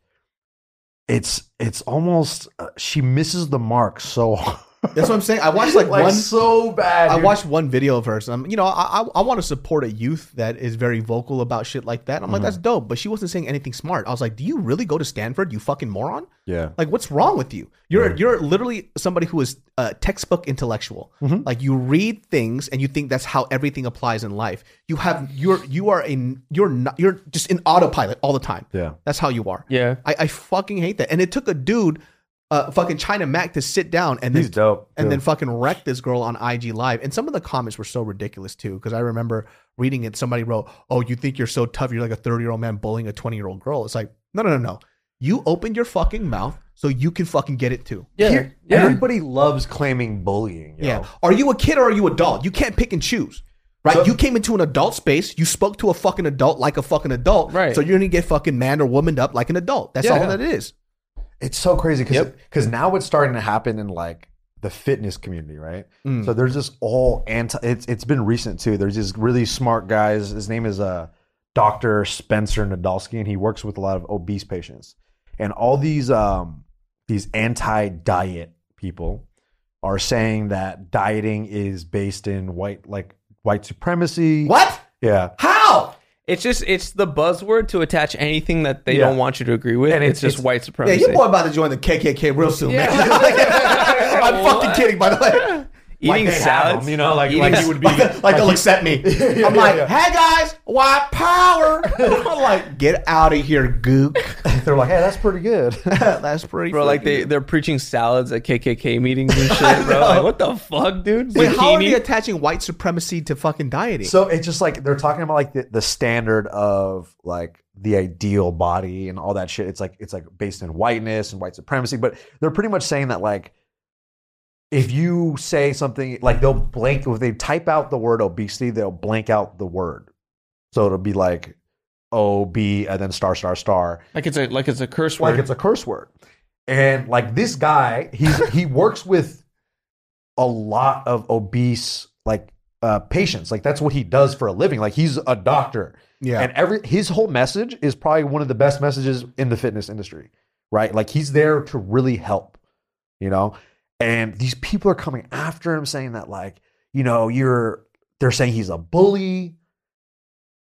Speaker 3: it's it's almost uh, she misses the mark so hard.
Speaker 2: that's what I'm saying. I watched like,
Speaker 3: like
Speaker 2: one
Speaker 3: so bad.
Speaker 2: I
Speaker 3: dude.
Speaker 2: watched one video of hers. And I'm, you know, I I, I want to support a youth that is very vocal about shit like that. I'm
Speaker 4: Mm-hmm.
Speaker 2: like, that's dope. But she wasn't saying anything smart. I was like, do you really go to Stanford? You fucking moron.
Speaker 3: yeah.
Speaker 2: Like, what's wrong with you? You're you're literally somebody who is a textbook intellectual.
Speaker 3: Mm-hmm.
Speaker 2: Like, you read things and you think that's how everything applies in life. You have you're you are in you're not you're just in autopilot all the time.
Speaker 3: Yeah.
Speaker 2: that's how you are.
Speaker 4: Yeah.
Speaker 2: I, I fucking hate that. And it took a dude, uh, fucking China Mac, to sit down and
Speaker 3: He's
Speaker 2: then
Speaker 3: dope.
Speaker 2: and
Speaker 3: too.
Speaker 2: then fucking wreck this girl on IG Live. And some of the comments were so ridiculous too, because I remember reading it. Somebody wrote, "Oh, you think you're so tough? You're like a 30 year old man bullying a 20 year old girl." It's like, no, no, no, no. You opened your fucking mouth so you can fucking get it too.
Speaker 4: yeah.
Speaker 3: Here-
Speaker 4: yeah.
Speaker 3: everybody loves claiming bullying. yo.
Speaker 2: Yeah. Are you a kid or are you adult? You can't pick and choose. Right? you came into an adult space. You spoke to a fucking adult like a fucking adult.
Speaker 4: Right.
Speaker 2: So you're gonna get fucking man or womaned up like an adult. That's all
Speaker 3: Yeah.
Speaker 2: that it is.
Speaker 3: It's so crazy because
Speaker 4: Yep.
Speaker 3: now it's starting to happen in like the fitness community, right? So there's this all anti. It's it's been recent too. There's these really smart guys. His name is uh Doctor Spencer Nadolsky, and he works with a lot of obese patients. And all these um these anti diet people are saying that dieting is based in white like white supremacy.
Speaker 2: What?
Speaker 3: Yeah.
Speaker 2: How?
Speaker 4: It's just it's the buzzword to attach anything that they
Speaker 3: Yeah.
Speaker 4: don't want you to agree with.
Speaker 3: And
Speaker 4: And
Speaker 3: it's-
Speaker 4: it's, just
Speaker 3: it's-
Speaker 4: white
Speaker 2: Yeah,
Speaker 4: supremacy.
Speaker 2: your boy about to join the KKK real soon, man. I'm fucking kidding, by the way.
Speaker 4: eating
Speaker 3: they have
Speaker 4: salads,
Speaker 3: them, you know, like-
Speaker 4: eating
Speaker 3: like you
Speaker 4: s-
Speaker 3: would be-
Speaker 2: like, they'll accept me. I'm
Speaker 3: yeah,
Speaker 2: like,
Speaker 3: yeah.
Speaker 2: hey guys, why power? I'm like, get out of here, gook.
Speaker 3: They're like, hey, that's pretty good.
Speaker 2: That's pretty.
Speaker 4: Bro, like they they're preaching salads at KKK meetings and shit, bro. Like what the fuck, dude?
Speaker 2: Wait, how are
Speaker 4: Zucchini?
Speaker 2: they attaching white supremacy to fucking dieting?
Speaker 3: So it's just like they're talking about like the, the standard of like the ideal body and all that shit. It's like it's like based in whiteness and white supremacy, but they're pretty much saying that like if you say something like they'll blank if they type out the word obesity, they'll blank out the word. So it'll be like O B and then star star star.
Speaker 4: like it's a like it's a curse
Speaker 3: Like
Speaker 4: word.
Speaker 3: it's a curse word. And like this guy, he's he works with a lot of obese like uh, patients. Like that's what he does for a living. Like he's a doctor.
Speaker 2: yeah,
Speaker 3: And every his whole message is probably one of the best messages in the fitness industry, right? Like he's there to really help, you know? And these people are coming after him saying that like, you know, you're they're saying he's a bully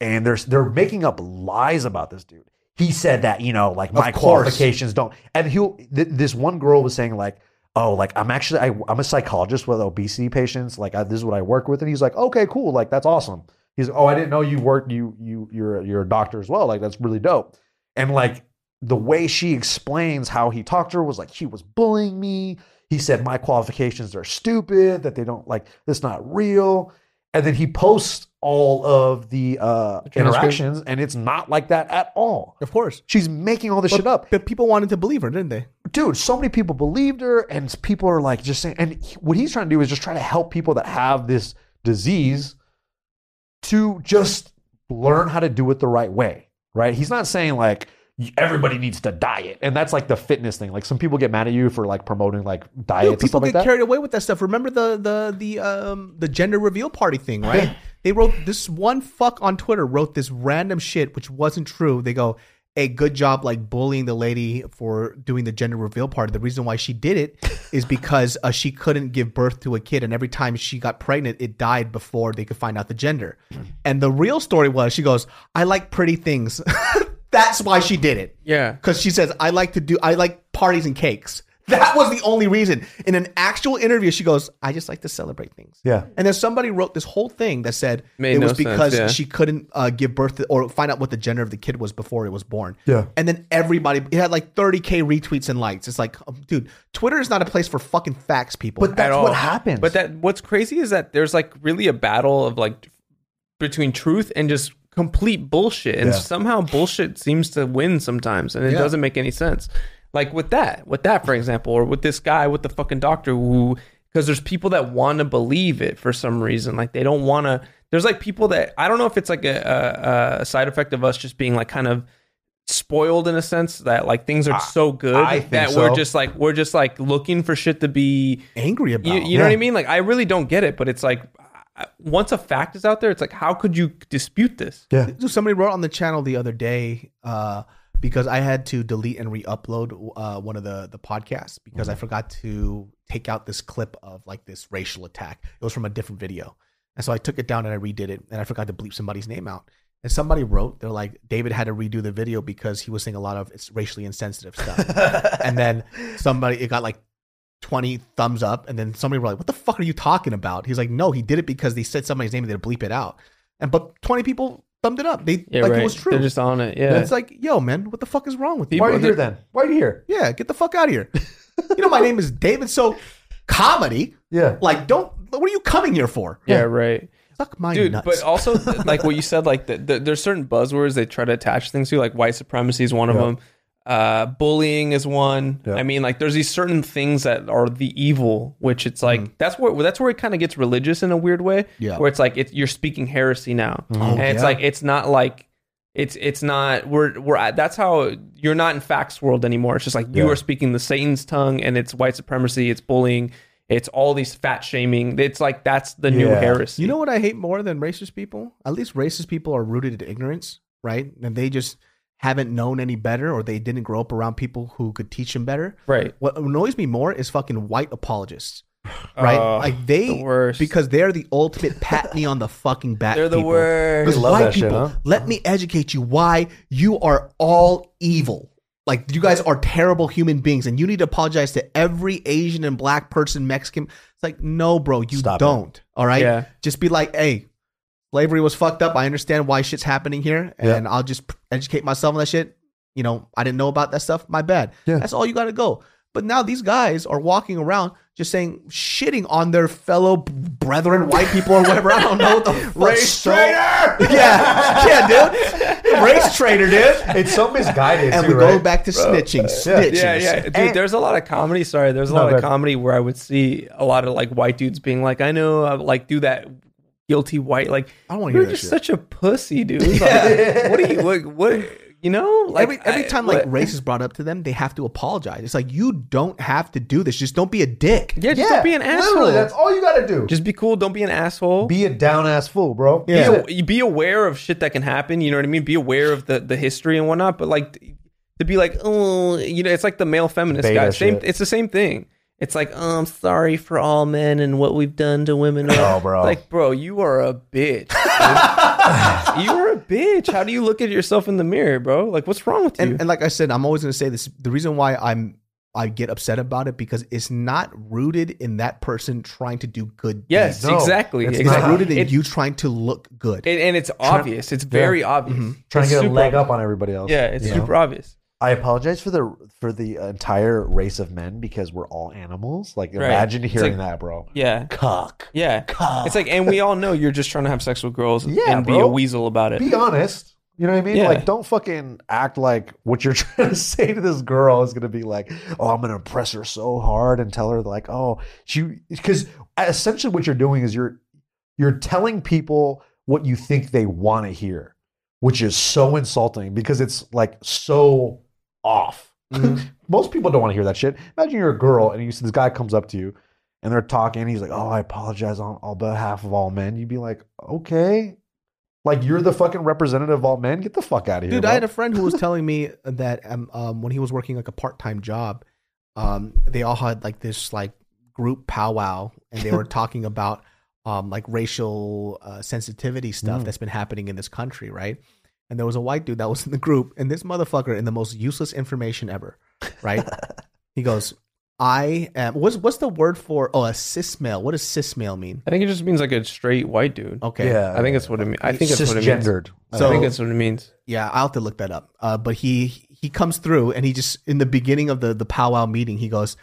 Speaker 3: and they're they're making up lies about this dude. He said that, you know, like my
Speaker 2: course.
Speaker 3: qualifications don't. And he th- this one girl was saying like, "Oh, like I'm actually I, I'm a psychologist with obesity patients. Like I, this is what I work with." And he's like, "Okay, cool. Like that's awesome." He's, "Oh, I didn't know you worked you you you're you're a doctor as well. Like that's really dope." And like the way she explains how he talked to her was like he was bullying me. He said my qualifications are stupid, that they don't like that's not real. And then he posts all of the uh,
Speaker 4: transcript.
Speaker 3: interactions, and it's not like that at all.
Speaker 2: of course.
Speaker 3: She's making all this
Speaker 2: But,
Speaker 3: shit up,
Speaker 2: but people wanted to believe her, didn't they?
Speaker 3: dude. So many people believed her, and people are like just saying. And he- what he's trying to do is just try to help people that have this disease to just learn how to do it the right way, right? He's not saying like everybody needs to diet, and that's like the fitness thing. Like some people get mad at you for like promoting like diets
Speaker 2: Dude,
Speaker 3: and
Speaker 2: people
Speaker 3: stuff
Speaker 2: get
Speaker 3: like that.
Speaker 2: carried away with that stuff. Remember the the the um the gender reveal party thing, right? they wrote this one fuck on Twitter wrote this random shit which wasn't true. They go, "Hey, good job like bullying the lady for doing the gender reveal party. The reason why she did it is because uh, she couldn't give birth to a kid, and every time she got pregnant, it died before they could find out the gender."
Speaker 3: Hmm.
Speaker 2: and the real story was, she goes, "I like pretty things." That's why she did it
Speaker 4: yeah.
Speaker 2: because she says I like to do I like parties and cakes. That was the only reason. In an actual interview, she goes, "I just like to celebrate things."
Speaker 3: Yeah.
Speaker 2: And then somebody wrote this whole thing that said
Speaker 4: Made
Speaker 2: it
Speaker 4: no
Speaker 2: was because
Speaker 4: sense, yeah.
Speaker 2: she couldn't uh, give birth to, or find out what the gender of the kid was before it was born.
Speaker 3: Yeah.
Speaker 2: And then everybody, it had like 30K retweets and likes. It's like, um, dude, Twitter is not a place for fucking facts, people.
Speaker 3: But that's
Speaker 4: all.
Speaker 3: what happens.
Speaker 4: But that what's crazy is that there's like really a battle of like between truth and just complete bullshit, and
Speaker 3: Yeah.
Speaker 4: somehow bullshit seems to win sometimes, and it
Speaker 2: Yeah.
Speaker 4: doesn't make any sense. Like with that, with that, for example, or with this guy with the fucking doctor who, because there's people that want to believe it for some reason. Like they don't want to. There's like people that I don't know if it's like a, a, a side effect of us just being like kind of spoiled in a sense that like things are so good
Speaker 3: I think
Speaker 4: that we're
Speaker 3: so.
Speaker 4: just like we're just like looking for shit to be
Speaker 2: angry about
Speaker 4: you, you know what I mean? Like, I really don't get it, but it's like, I- once a fact is out there, it's like, how could you dispute this?
Speaker 3: yeah.
Speaker 2: So somebody wrote on the channel the other day uh, because I had to delete and re-upload uh, one of the the podcasts because I forgot to take out this clip of like this racial attack. It was from a different video, and so I took it down and I redid it, and I forgot to bleep somebody's name out. And somebody wrote, they're like, David had to redo the video because he was saying a lot of it's racially insensitive stuff. and then somebody, it got like 20 thumbs up. And then somebody were like, what the fuck are you talking about? He's like, no, he did it because they said somebody's name and they bleep it out. And but 20 people thumbed it up. They like it was true.
Speaker 4: They're just on
Speaker 2: And
Speaker 4: it. Yeah.
Speaker 2: it's like, yo, man, what the fuck is wrong with you?
Speaker 3: Why are you
Speaker 4: People-
Speaker 3: here then? Why are you here?
Speaker 2: yeah, get the fuck out of here. you know, my name is David. So comedy,
Speaker 3: Yeah.
Speaker 2: like, don't, what are you coming here for?
Speaker 4: yeah, right.
Speaker 2: Suck my
Speaker 4: Dude,
Speaker 2: nuts.
Speaker 4: but also, like what you said, like the, the, there's certain buzzwords they try to attach things to, like white supremacy is one of
Speaker 3: Yeah.
Speaker 4: them. Uh, bullying is one.
Speaker 3: Yeah.
Speaker 4: I mean, like there's these certain things that are the evil, which it's like that's where that's where it kind of gets religious in a weird way.
Speaker 2: Yeah.
Speaker 4: where it's like it's you're speaking heresy now, and it's
Speaker 2: yeah.
Speaker 4: like it's not like it's it's not we're we're at, that's how you're not in facts world anymore. It's just like you
Speaker 3: Yeah.
Speaker 4: are speaking the Satan's tongue, and it's white supremacy, it's bullying, it's all these fat shaming. It's like that's the new
Speaker 3: Yeah.
Speaker 4: heresy.
Speaker 2: You know what I hate more than racist people? At least racist people are rooted in ignorance, right? And they just haven't known any better or they didn't grow up around people who could teach them better.
Speaker 4: right?
Speaker 2: What annoys me more is fucking white apologists, right?
Speaker 4: Oh,
Speaker 2: like they,
Speaker 4: the worst.
Speaker 2: because they're the ultimate pat me on the fucking back.
Speaker 4: They're the
Speaker 2: people.
Speaker 4: worst.
Speaker 2: Because
Speaker 3: We love
Speaker 2: white
Speaker 3: that shit,
Speaker 2: people,
Speaker 3: huh?
Speaker 2: let me educate you why you are all evil. Like you guys are terrible human beings, and you need to apologize to every Asian and black person, Mexican. It's like, no, bro, you
Speaker 3: Stop it.
Speaker 2: don't. All right,
Speaker 4: Yeah.
Speaker 2: just be like, hey, slavery was fucked up. I understand why shit's happening here,
Speaker 3: Yeah.
Speaker 2: and I'll just p- educate myself on that shit. You know, I didn't know about that stuff. My bad.
Speaker 3: Yeah.
Speaker 2: That's all you got to go. But now these guys are walking around just saying shitting on their fellow b- brethren, white people or whatever. I don't know what the fuck. so- yeah, yeah, dude. Race traitor, dude.
Speaker 3: It's so misguided.
Speaker 2: And
Speaker 3: too,
Speaker 2: we go
Speaker 3: right?
Speaker 2: back to snitching, snitching.
Speaker 4: Yeah, yeah, dude. there's a lot of comedy. Sorry, there's a
Speaker 3: No,
Speaker 4: lot
Speaker 3: go
Speaker 4: of
Speaker 3: ahead.
Speaker 4: comedy where I would see a lot of like white dudes being like, "I know, uh, like, do that guilty white." Like,
Speaker 2: I don't wanna
Speaker 4: you're
Speaker 2: hear that
Speaker 4: just
Speaker 2: shit.
Speaker 4: such a pussy, dude. Like, what are you? Like, what? You know, like
Speaker 2: every every
Speaker 4: I-
Speaker 2: time
Speaker 4: what-
Speaker 2: like race is brought up to them, they have to apologize. It's like you don't have to do this. Just don't be a dick.
Speaker 4: yeah, just
Speaker 3: Yeah,
Speaker 4: don't be an asshole.
Speaker 3: Literally, that's all you gotta do.
Speaker 4: just be cool. Don't be an asshole.
Speaker 3: be a down ass fool, bro.
Speaker 2: Yeah.
Speaker 3: Be a-
Speaker 4: you be aware of shit that can happen. You know what I mean? Be aware of the, the history and whatnot. But like to be like, oh, you know, it's like the male feminist
Speaker 3: Beta
Speaker 4: guy. Same,
Speaker 3: shit.
Speaker 4: it's the same thing. It's like, oh, I'm sorry for all men and what we've done to women.
Speaker 3: Oh, bro.
Speaker 4: Like, bro, you are a bitch. dude. you are a bitch. How do you look at yourself in the mirror, bro? Like, what's wrong with you?
Speaker 2: And, and like I said, I'm always going to say this. The reason why I'm I get upset about it because it's not rooted in that person trying to do good.
Speaker 4: yes,
Speaker 2: deeds.
Speaker 3: No,
Speaker 4: exactly.
Speaker 3: it's
Speaker 2: it's
Speaker 4: exactly.
Speaker 2: not rooted in
Speaker 4: It-
Speaker 2: you trying to look good.
Speaker 4: and- and it's obvious. It's very obvious.
Speaker 3: Trying
Speaker 4: It's
Speaker 3: to get a
Speaker 4: super
Speaker 3: leg up
Speaker 4: obvious.
Speaker 3: on everybody else.
Speaker 4: Yeah, it's
Speaker 3: you know?
Speaker 4: super obvious.
Speaker 3: I apologize for the for the entire race of men because we're all animals. Like
Speaker 4: Right.
Speaker 3: imagine
Speaker 4: It's
Speaker 3: hearing
Speaker 4: like-
Speaker 3: that, bro.
Speaker 4: Yeah.
Speaker 3: Cuck.
Speaker 4: Yeah. It's like, and we all know you're just trying to have sex with girls
Speaker 3: Yeah,
Speaker 4: and be
Speaker 3: bro.
Speaker 4: a weasel about it.
Speaker 3: Be honest. You know what I mean?
Speaker 4: Yeah.
Speaker 3: Like don't fucking act like what you're trying to say to this girl is gonna be like, oh, I'm gonna impress her so hard and tell her like, oh, she because essentially what you're doing is you're you're telling people what you think they want to hear, which is so insulting because it's like so off.
Speaker 2: Mm-hmm.
Speaker 3: Most people don't want to hear that shit. Imagine you're a girl and you see this guy comes up to you and they're talking and he's like, "Oh, I apologize on all behalf of all men." You'd be like, "Okay." Like you're the fucking representative of all men. Get the fuck out of here.
Speaker 2: Dude, I had a
Speaker 3: bro.
Speaker 2: friend who was telling me that um, um, when he was working like a part time job, um, they all had like this like group powwow, and they were talking about um, like racial uh, sensitivity stuff
Speaker 3: Mm.
Speaker 2: that's been happening in this country, right? And there was a white dude that was in the group, and this motherfucker in the most useless information ever, right? He goes, I am. What's what's the word for? Oh, a cis male. What does cis male mean?
Speaker 4: I think it just means like a straight white dude.
Speaker 2: Okay.
Speaker 4: I think that's what it means. I think that's what it means.
Speaker 3: cisgendered.
Speaker 4: I think
Speaker 2: So-
Speaker 4: that's what it means.
Speaker 2: Yeah, I'll have to look that up. Uh, but he he comes through and he just in the beginning of the the powwow meeting, he goes,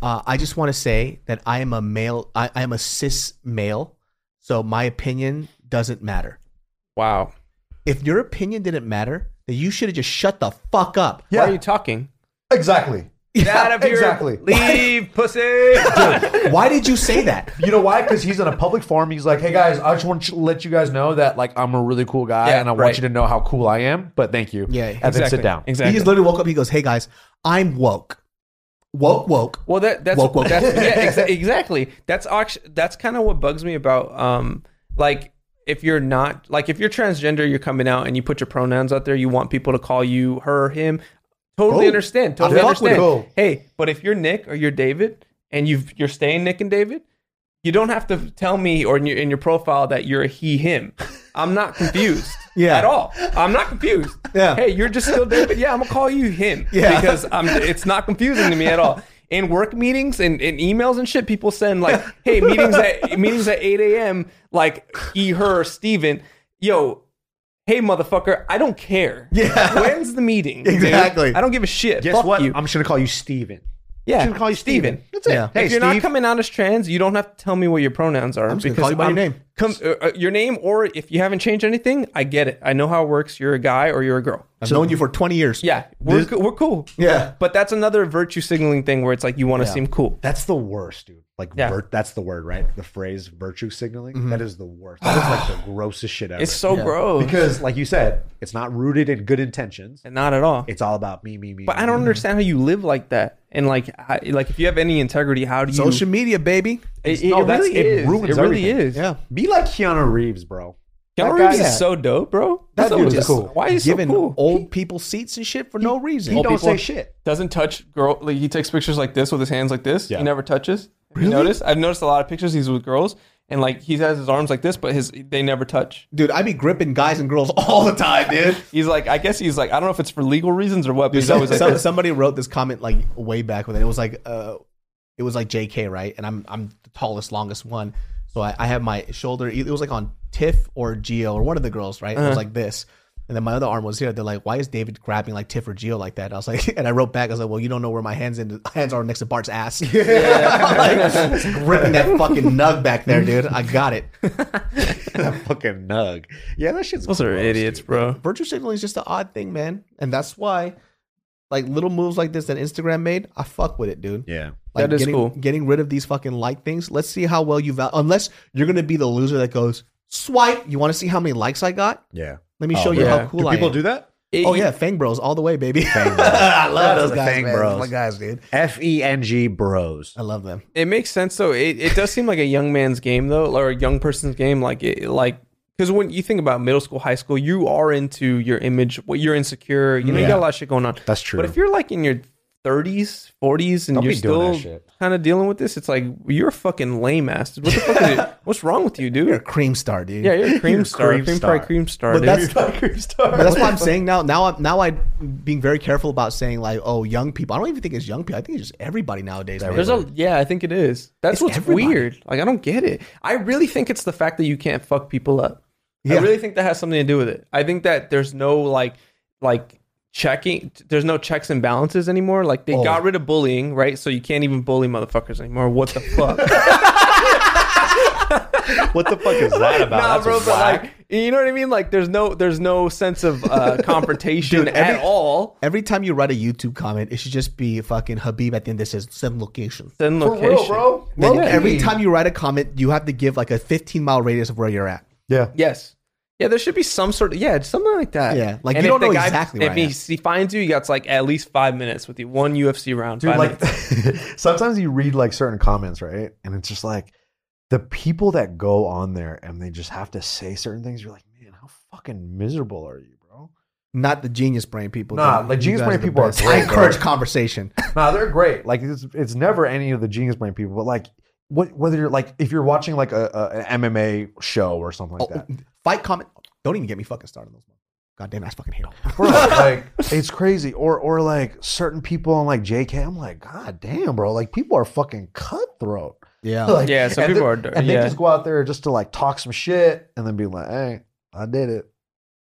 Speaker 2: uh, "I just want to say that I am a male. I, I am a cis male, so my opinion doesn't matter.
Speaker 4: Wow.
Speaker 2: If your opinion didn't matter, then you should have just shut the fuck up."
Speaker 4: Why
Speaker 3: Yeah.
Speaker 4: are you talking?
Speaker 3: Exactly.
Speaker 4: Get out of here.
Speaker 3: exactly.
Speaker 4: Leave, pussy.
Speaker 2: Why did you say that?
Speaker 3: You know why? Because he's in a public forum. He's like, "Hey guys, I just want to let you guys know that like I'm a really cool guy,
Speaker 4: Yeah,
Speaker 3: and I
Speaker 4: right.
Speaker 3: want you to know how cool I am." But thank you.
Speaker 2: Yeah,
Speaker 3: and then sit down.
Speaker 4: Exactly.
Speaker 2: He just literally woke up. He goes, "Hey guys, I'm woke, woke, woke."
Speaker 4: Well, that that's
Speaker 2: Woke, woke.
Speaker 4: that's yeah, exa- exactly. That's actually that's kind of what bugs me about um like if you're not like if you're transgender, you're coming out and you put your pronouns out there, you want people to call you her, him. Totally
Speaker 2: Cool.
Speaker 4: understand. Totally
Speaker 2: Oh, I fuck with
Speaker 4: understand.
Speaker 3: it. Cool.
Speaker 4: Hey, but if you're Nick or you're David and you you're staying Nick and David, you don't have to tell me or in your, in your profile that you're a he him. I'm not confused.
Speaker 2: Yeah.
Speaker 4: At all. I'm not confused.
Speaker 2: Yeah.
Speaker 4: Hey, you're just still David. Yeah, I'm gonna call you him.
Speaker 2: Yeah.
Speaker 4: Because I'm it's not confusing to me at all. In work meetings and in emails and shit, people send like, hey, meetings at meetings at 8 a.m. like he, her, Steven. Yo, hey motherfucker, I don't care.
Speaker 2: Yeah.
Speaker 4: When's the meeting? dude?
Speaker 2: Exactly.
Speaker 4: I don't give a shit.
Speaker 3: Guess
Speaker 4: Fuck
Speaker 3: what?
Speaker 4: You.
Speaker 3: I'm just gonna call you Steven.
Speaker 4: yeah.
Speaker 3: I'm gonna call you Steven. That's it.
Speaker 2: Yeah.
Speaker 3: Hey,
Speaker 4: if you're
Speaker 3: Steve.
Speaker 4: not coming out as trans, you don't have to tell me what your pronouns are.
Speaker 2: I'm just gonna call you by your name.
Speaker 4: com- uh, uh, your name, or if you haven't changed anything, I get it. I know how it works. You're a guy or you're a girl.
Speaker 2: I've known you for twenty years.
Speaker 4: Yeah, we're, coo- we're cool.
Speaker 2: Yeah.
Speaker 4: But that's another virtue signaling thing where it's like you want to seem cool.
Speaker 3: that's the worst, dude. Like,
Speaker 4: Yeah. Mm-hmm.
Speaker 3: vir- that's the word, right? The phrase virtue signaling. That is the worst. That is like the grossest shit ever.
Speaker 4: It's so gross.
Speaker 3: because, like you said, it's not rooted in good intentions.
Speaker 4: And not at all.
Speaker 3: It's Mm. all about me, me, me.
Speaker 4: But
Speaker 3: me,
Speaker 4: I don't
Speaker 3: me.
Speaker 4: understand how you live like that. And like, I, like if you have any integrity, how do you?
Speaker 2: Social media, baby.
Speaker 4: it, it,
Speaker 3: No,
Speaker 4: it
Speaker 3: that's-
Speaker 4: really
Speaker 3: it
Speaker 4: is.
Speaker 3: ruins
Speaker 4: it really
Speaker 3: everything.
Speaker 4: is.
Speaker 2: Yeah.
Speaker 3: be like Keanu Reeves, bro.
Speaker 4: Keanu
Speaker 3: That guy-
Speaker 4: Reeves
Speaker 3: Yeah.
Speaker 4: is so dope, bro.
Speaker 3: That
Speaker 4: so
Speaker 3: dude is
Speaker 4: just-
Speaker 3: cool.
Speaker 4: Why is he so
Speaker 2: Giving
Speaker 4: cool?
Speaker 2: old people seats and shit for no reason.
Speaker 3: He
Speaker 4: Old
Speaker 3: don't
Speaker 4: people-
Speaker 3: say shit.
Speaker 4: doesn't touch girl. Like he takes pictures like this with his hands like this.
Speaker 3: Yeah.
Speaker 4: He never touches. Really? You notice? I've noticed a lot of pictures he's with girls, and like he has his arms like this, but his they never touch.
Speaker 2: Dude, I be gripping guys and girls all the time, dude.
Speaker 4: He's like, I guess he's like, I don't know if it's for legal reasons or what, but he's always like,
Speaker 2: Some-
Speaker 4: this.
Speaker 2: somebody wrote this comment like way back when it was like uh it was like JK, right? And I'm I'm the tallest, longest one. So I, I have my shoulder e, it was like on Tiff or Geo or one of the girls, right? It was like this. And then my other arm was here. They're like, why is David grabbing like Tiff or Geo like that? And I was like, and I wrote back, I was like, well, you don't know where my hands in, hands are next to Bart's ass. like, just gripping that fucking nug back there, dude. I got it.
Speaker 3: that fucking nug. Yeah, that shit's.
Speaker 4: Those are
Speaker 3: gross,
Speaker 4: idiots,
Speaker 3: dude.
Speaker 4: bro.
Speaker 2: virtue signaling is just an odd thing, man. And that's why, like, little moves like this that Instagram made, I fuck with it, dude.
Speaker 3: Yeah.
Speaker 2: Like,
Speaker 4: That is
Speaker 2: getting,
Speaker 4: cool.
Speaker 2: Getting rid of these fucking like things. Let's see how well you val. Unless you're gonna be the loser that goes swipe. You want to see how many likes I got?
Speaker 3: Oh, Yeah.
Speaker 2: Let me show you
Speaker 4: yeah.
Speaker 2: how cool
Speaker 3: Do
Speaker 2: I
Speaker 3: people
Speaker 2: am.
Speaker 3: do that?
Speaker 4: It-
Speaker 2: oh yeah, Fang Bros all the way, baby. I love
Speaker 3: That's
Speaker 2: those
Speaker 3: the
Speaker 2: guys,
Speaker 3: Fang
Speaker 2: man.
Speaker 3: Bros.
Speaker 2: Oh my guys, dude.
Speaker 3: F E N G bros.
Speaker 2: I love them.
Speaker 4: it makes sense though. It, it does seem like a young man's game though, or a young person's game. Like it, like because when you think about middle school, high school, you are into your image, what you're insecure. You know, you
Speaker 3: Yeah.
Speaker 4: got a lot of shit going on.
Speaker 3: That's true.
Speaker 4: But if you're like in your 30s, 40s, and
Speaker 3: Don't
Speaker 4: you're
Speaker 3: be doing that
Speaker 4: still
Speaker 3: shit.
Speaker 4: kind of dealing with this, it's like you're a fucking lame ass. dude. What the fuck? Is it? What's wrong with you, dude?
Speaker 2: You're a cream star, dude.
Speaker 4: yeah, you're a cream
Speaker 3: you're a
Speaker 4: star,
Speaker 3: cream
Speaker 4: cream
Speaker 3: star.
Speaker 4: pie, cream star.
Speaker 2: But
Speaker 4: dude.
Speaker 2: that's- You're
Speaker 3: star.
Speaker 2: But that's what I'm saying now. Now I'm now I'm being very careful about saying like, oh, young people. I don't even think it's young people. I think it's just everybody nowadays. man.
Speaker 4: There's a yeah, I think it is. That's
Speaker 2: It's
Speaker 4: what's
Speaker 2: everybody.
Speaker 4: weird. Like I don't get it. I really think it's the fact that you can't fuck people up.
Speaker 2: Yeah.
Speaker 4: I really think that has something to do with it. I think that there's no like like checking there's no checks and balances anymore. Like they got rid of bullying, right? So you can't even bully motherfuckers anymore. What the fuck?
Speaker 3: What the fuck is that about?
Speaker 4: nah,
Speaker 3: That's
Speaker 4: bro, but
Speaker 3: whack.
Speaker 4: like you know what I mean? Like there's no there's no sense of uh, confrontation
Speaker 2: every-
Speaker 4: at all.
Speaker 2: Every time you write a YouTube comment, it should just be fucking Habib at the end that says seven locations.
Speaker 4: Then
Speaker 3: For
Speaker 4: location.
Speaker 3: real, bro.
Speaker 2: Then
Speaker 3: Low-key.
Speaker 2: every time you write a comment, you have to give like a 15 mile radius of where you're at.
Speaker 3: Yeah.
Speaker 4: Yes. Yeah, there should be some sort of yeah, something like that.
Speaker 2: Yeah, like,
Speaker 4: And
Speaker 2: you
Speaker 4: if
Speaker 2: don't
Speaker 4: the
Speaker 2: know
Speaker 4: guy-
Speaker 2: exactly where
Speaker 4: If
Speaker 2: I
Speaker 4: he,
Speaker 2: am.
Speaker 4: he finds you, you got like at least five minutes with you, one UFC round.
Speaker 3: Dude,
Speaker 4: five
Speaker 3: like
Speaker 4: minutes.
Speaker 3: sometimes you read like certain comments, right? And it's just like the people that go on there and they just have to say certain things. You're like, man, how fucking miserable are you, bro?
Speaker 2: Not the genius brain people.
Speaker 3: Nah,
Speaker 2: dude.
Speaker 3: like,
Speaker 2: You
Speaker 3: genius
Speaker 2: guys
Speaker 3: brain
Speaker 2: the
Speaker 3: people are
Speaker 2: best.
Speaker 3: great,
Speaker 2: I encourage
Speaker 3: bro.
Speaker 2: conversation.
Speaker 3: Nah, they're great. Like it's it's never any of the genius brain people, but like what whether you're like if you're watching like a, a an MMA show or something like
Speaker 2: Oh,
Speaker 3: that.
Speaker 2: Fight comment. Don't even get me fucking started on those. Goddamn ass fucking hate him.
Speaker 3: bro. Like it's crazy. Or or like certain people on like JK, I'm like, God damn, bro. Like people are fucking cutthroat.
Speaker 2: Yeah.
Speaker 3: Like,
Speaker 4: Yeah, some
Speaker 3: and
Speaker 4: people
Speaker 3: they-
Speaker 4: are dirty,
Speaker 3: and they
Speaker 4: yeah.
Speaker 3: just go out there just to like talk some shit and then be like, hey, I did it.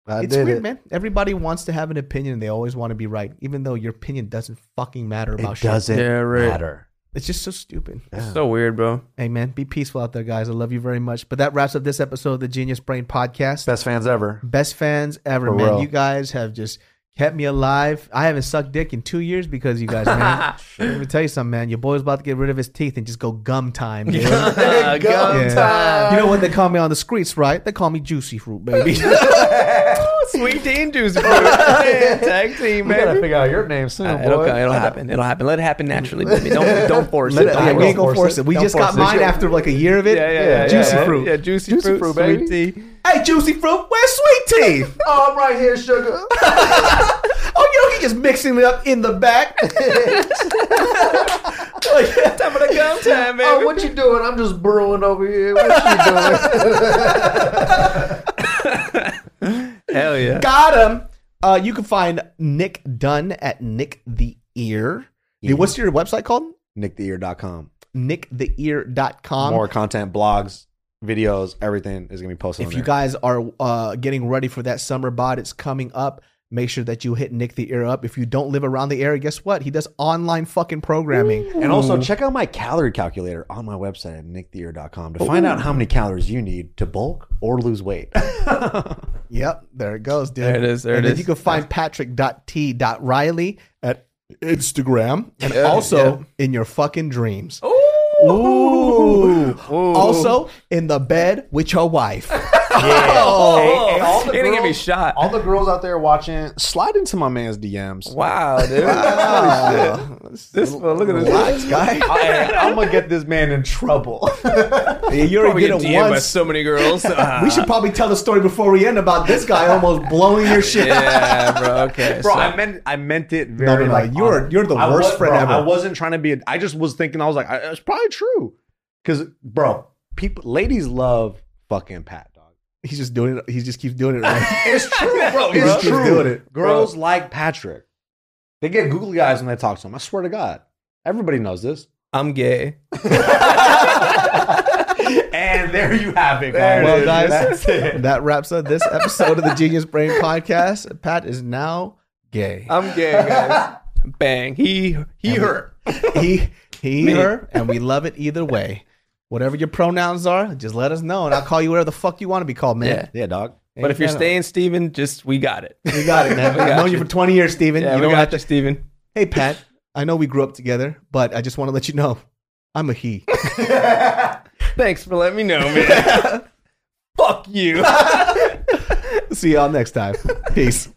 Speaker 3: I
Speaker 2: it's
Speaker 3: did
Speaker 2: weird,
Speaker 3: it.
Speaker 2: man. Everybody wants to have an opinion and they always want to be right, even though your opinion doesn't fucking matter about
Speaker 3: It
Speaker 2: shit.
Speaker 3: doesn't
Speaker 4: Yeah, right.
Speaker 3: matter.
Speaker 2: It's just so stupid.
Speaker 3: Yeah.
Speaker 4: So weird, bro.
Speaker 2: Hey, man, be peaceful out there, guys. I love you very much. But that wraps up this episode of the Genius Brain Podcast.
Speaker 3: Best fans ever.
Speaker 2: Best fans ever,
Speaker 3: For
Speaker 2: man.
Speaker 3: real.
Speaker 2: You guys have just kept me alive. I haven't sucked dick in two years because you guys, man. Let me tell you something, man. Your boy's about to get rid of his teeth and just go gum time. dude.
Speaker 4: Uh, go.
Speaker 2: Yeah. You know what they call me on the streets, right? They call me Juicy Fruit, baby.
Speaker 4: Sweet Dean Juice, bro. Yeah, Tag team,
Speaker 3: We gotta
Speaker 4: man.
Speaker 3: figure out your name soon, boy.
Speaker 4: It'll, come- it'll happen. It'll happen. Let it happen naturally, baby. Don't don't force
Speaker 3: Let
Speaker 4: it.
Speaker 3: it-
Speaker 4: Don't
Speaker 2: yeah, we
Speaker 4: go
Speaker 2: ain't gonna force it. We
Speaker 4: Don't
Speaker 2: just got
Speaker 4: force it.
Speaker 2: mine after like a year of it.
Speaker 4: Yeah, yeah, yeah,
Speaker 2: Juicy
Speaker 4: yeah.
Speaker 2: fruit.
Speaker 4: Yeah, juicy,
Speaker 3: Juicy
Speaker 4: fruit,
Speaker 3: fruit,
Speaker 4: sweet
Speaker 3: baby.
Speaker 4: tea.
Speaker 2: Hey, Juicy Fruit, where's Sweet Tea?
Speaker 3: Oh, I'm right here, sugar.
Speaker 2: oh, you know, he just mixing it up in the back. Like,
Speaker 4: Time for the gum time, baby.
Speaker 3: oh, what you doing? I'm just brewing over here. What you doing?
Speaker 4: Hell yeah.
Speaker 2: got him. Uh, you can find Nick Dunn at Nick the Ear. Dude, What's your website called?
Speaker 3: NickTheEar.com.
Speaker 2: NickTheEar.com.
Speaker 3: More content, blogs, videos, everything is gonna be posted.
Speaker 2: if
Speaker 3: on
Speaker 2: you
Speaker 3: there.
Speaker 2: guys are uh, getting ready for that summer bod, it's coming up. Make sure that you hit Nick the Ear up. If you don't live around the area, guess what? He does online fucking programming.
Speaker 3: And also check out my calorie calculator on my website at nicktheear.com to find out how many calories you need to bulk or lose weight.
Speaker 2: Yep, there it goes, dude.
Speaker 4: There it is, there
Speaker 2: and
Speaker 4: it
Speaker 2: then
Speaker 4: is.
Speaker 2: you can find patrick.t.riley at Instagram and also in your fucking dreams. Ooh. Also in the bed with your wife.
Speaker 4: Oh,
Speaker 3: Hey, hey, all the
Speaker 4: you're gonna give me
Speaker 3: girls-
Speaker 4: shot.
Speaker 3: All the girls out there watching, slide into my man's Uh, DMs.
Speaker 4: Wow, dude. This well, look at this.
Speaker 2: Relax, guy.
Speaker 3: I, am gonna get this man in trouble.
Speaker 2: You already
Speaker 4: Probably get
Speaker 2: did it
Speaker 4: DM'd by
Speaker 2: once.
Speaker 4: so uh, many girls.
Speaker 2: We should probably tell the story before we end about this guy almost blowing your shit.
Speaker 4: yeah, bro. Okay,
Speaker 3: bro,
Speaker 4: so-
Speaker 3: I meant I meant it
Speaker 2: No,
Speaker 3: very
Speaker 2: no, no.
Speaker 3: like,
Speaker 2: you're
Speaker 3: honest.
Speaker 2: you're the
Speaker 3: I
Speaker 2: worst
Speaker 3: was-
Speaker 2: friend
Speaker 3: bro,
Speaker 2: ever.
Speaker 3: I wasn't trying to be. A, I just was thinking. I was like, I, it's probably true, because bro, people, ladies love fucking Pat, dog.
Speaker 2: he's just doing it. He just keeps doing it. Right?
Speaker 3: It's true, bro.
Speaker 2: He just
Speaker 3: It's
Speaker 2: keeps
Speaker 3: true.
Speaker 2: doing it.
Speaker 3: Girls like Patrick. They get googly eyes when they talk to him. I swear to God. Everybody knows this.
Speaker 4: I'm gay.
Speaker 3: and there you have it, guys.
Speaker 2: Well, guys,
Speaker 3: That's it.
Speaker 2: that wraps up this episode of the Genius Brain Podcast. Pat is now gay.
Speaker 4: I'm gay, guys. Bang. He he hurt.
Speaker 2: he, he, her, and we love it either way. Whatever your pronouns are, just let us know, and I'll call you whatever the fuck you want to be called, man.
Speaker 3: Yeah, dog.
Speaker 4: But if you're
Speaker 2: Ain't
Speaker 4: staying Steven, just we got it.
Speaker 2: that- we got it, man.
Speaker 4: We got
Speaker 2: I've known you
Speaker 4: you.
Speaker 2: for 20 years, Steven.
Speaker 4: Yeah,
Speaker 2: you
Speaker 4: we
Speaker 2: don't have
Speaker 4: got
Speaker 2: to.
Speaker 4: you, Steven.
Speaker 2: Hey, Pat. I know we grew up together, but I just want to let you know, I'm a he.
Speaker 4: Thanks for letting me know, man. Fuck you.
Speaker 2: See y'all next time. Peace.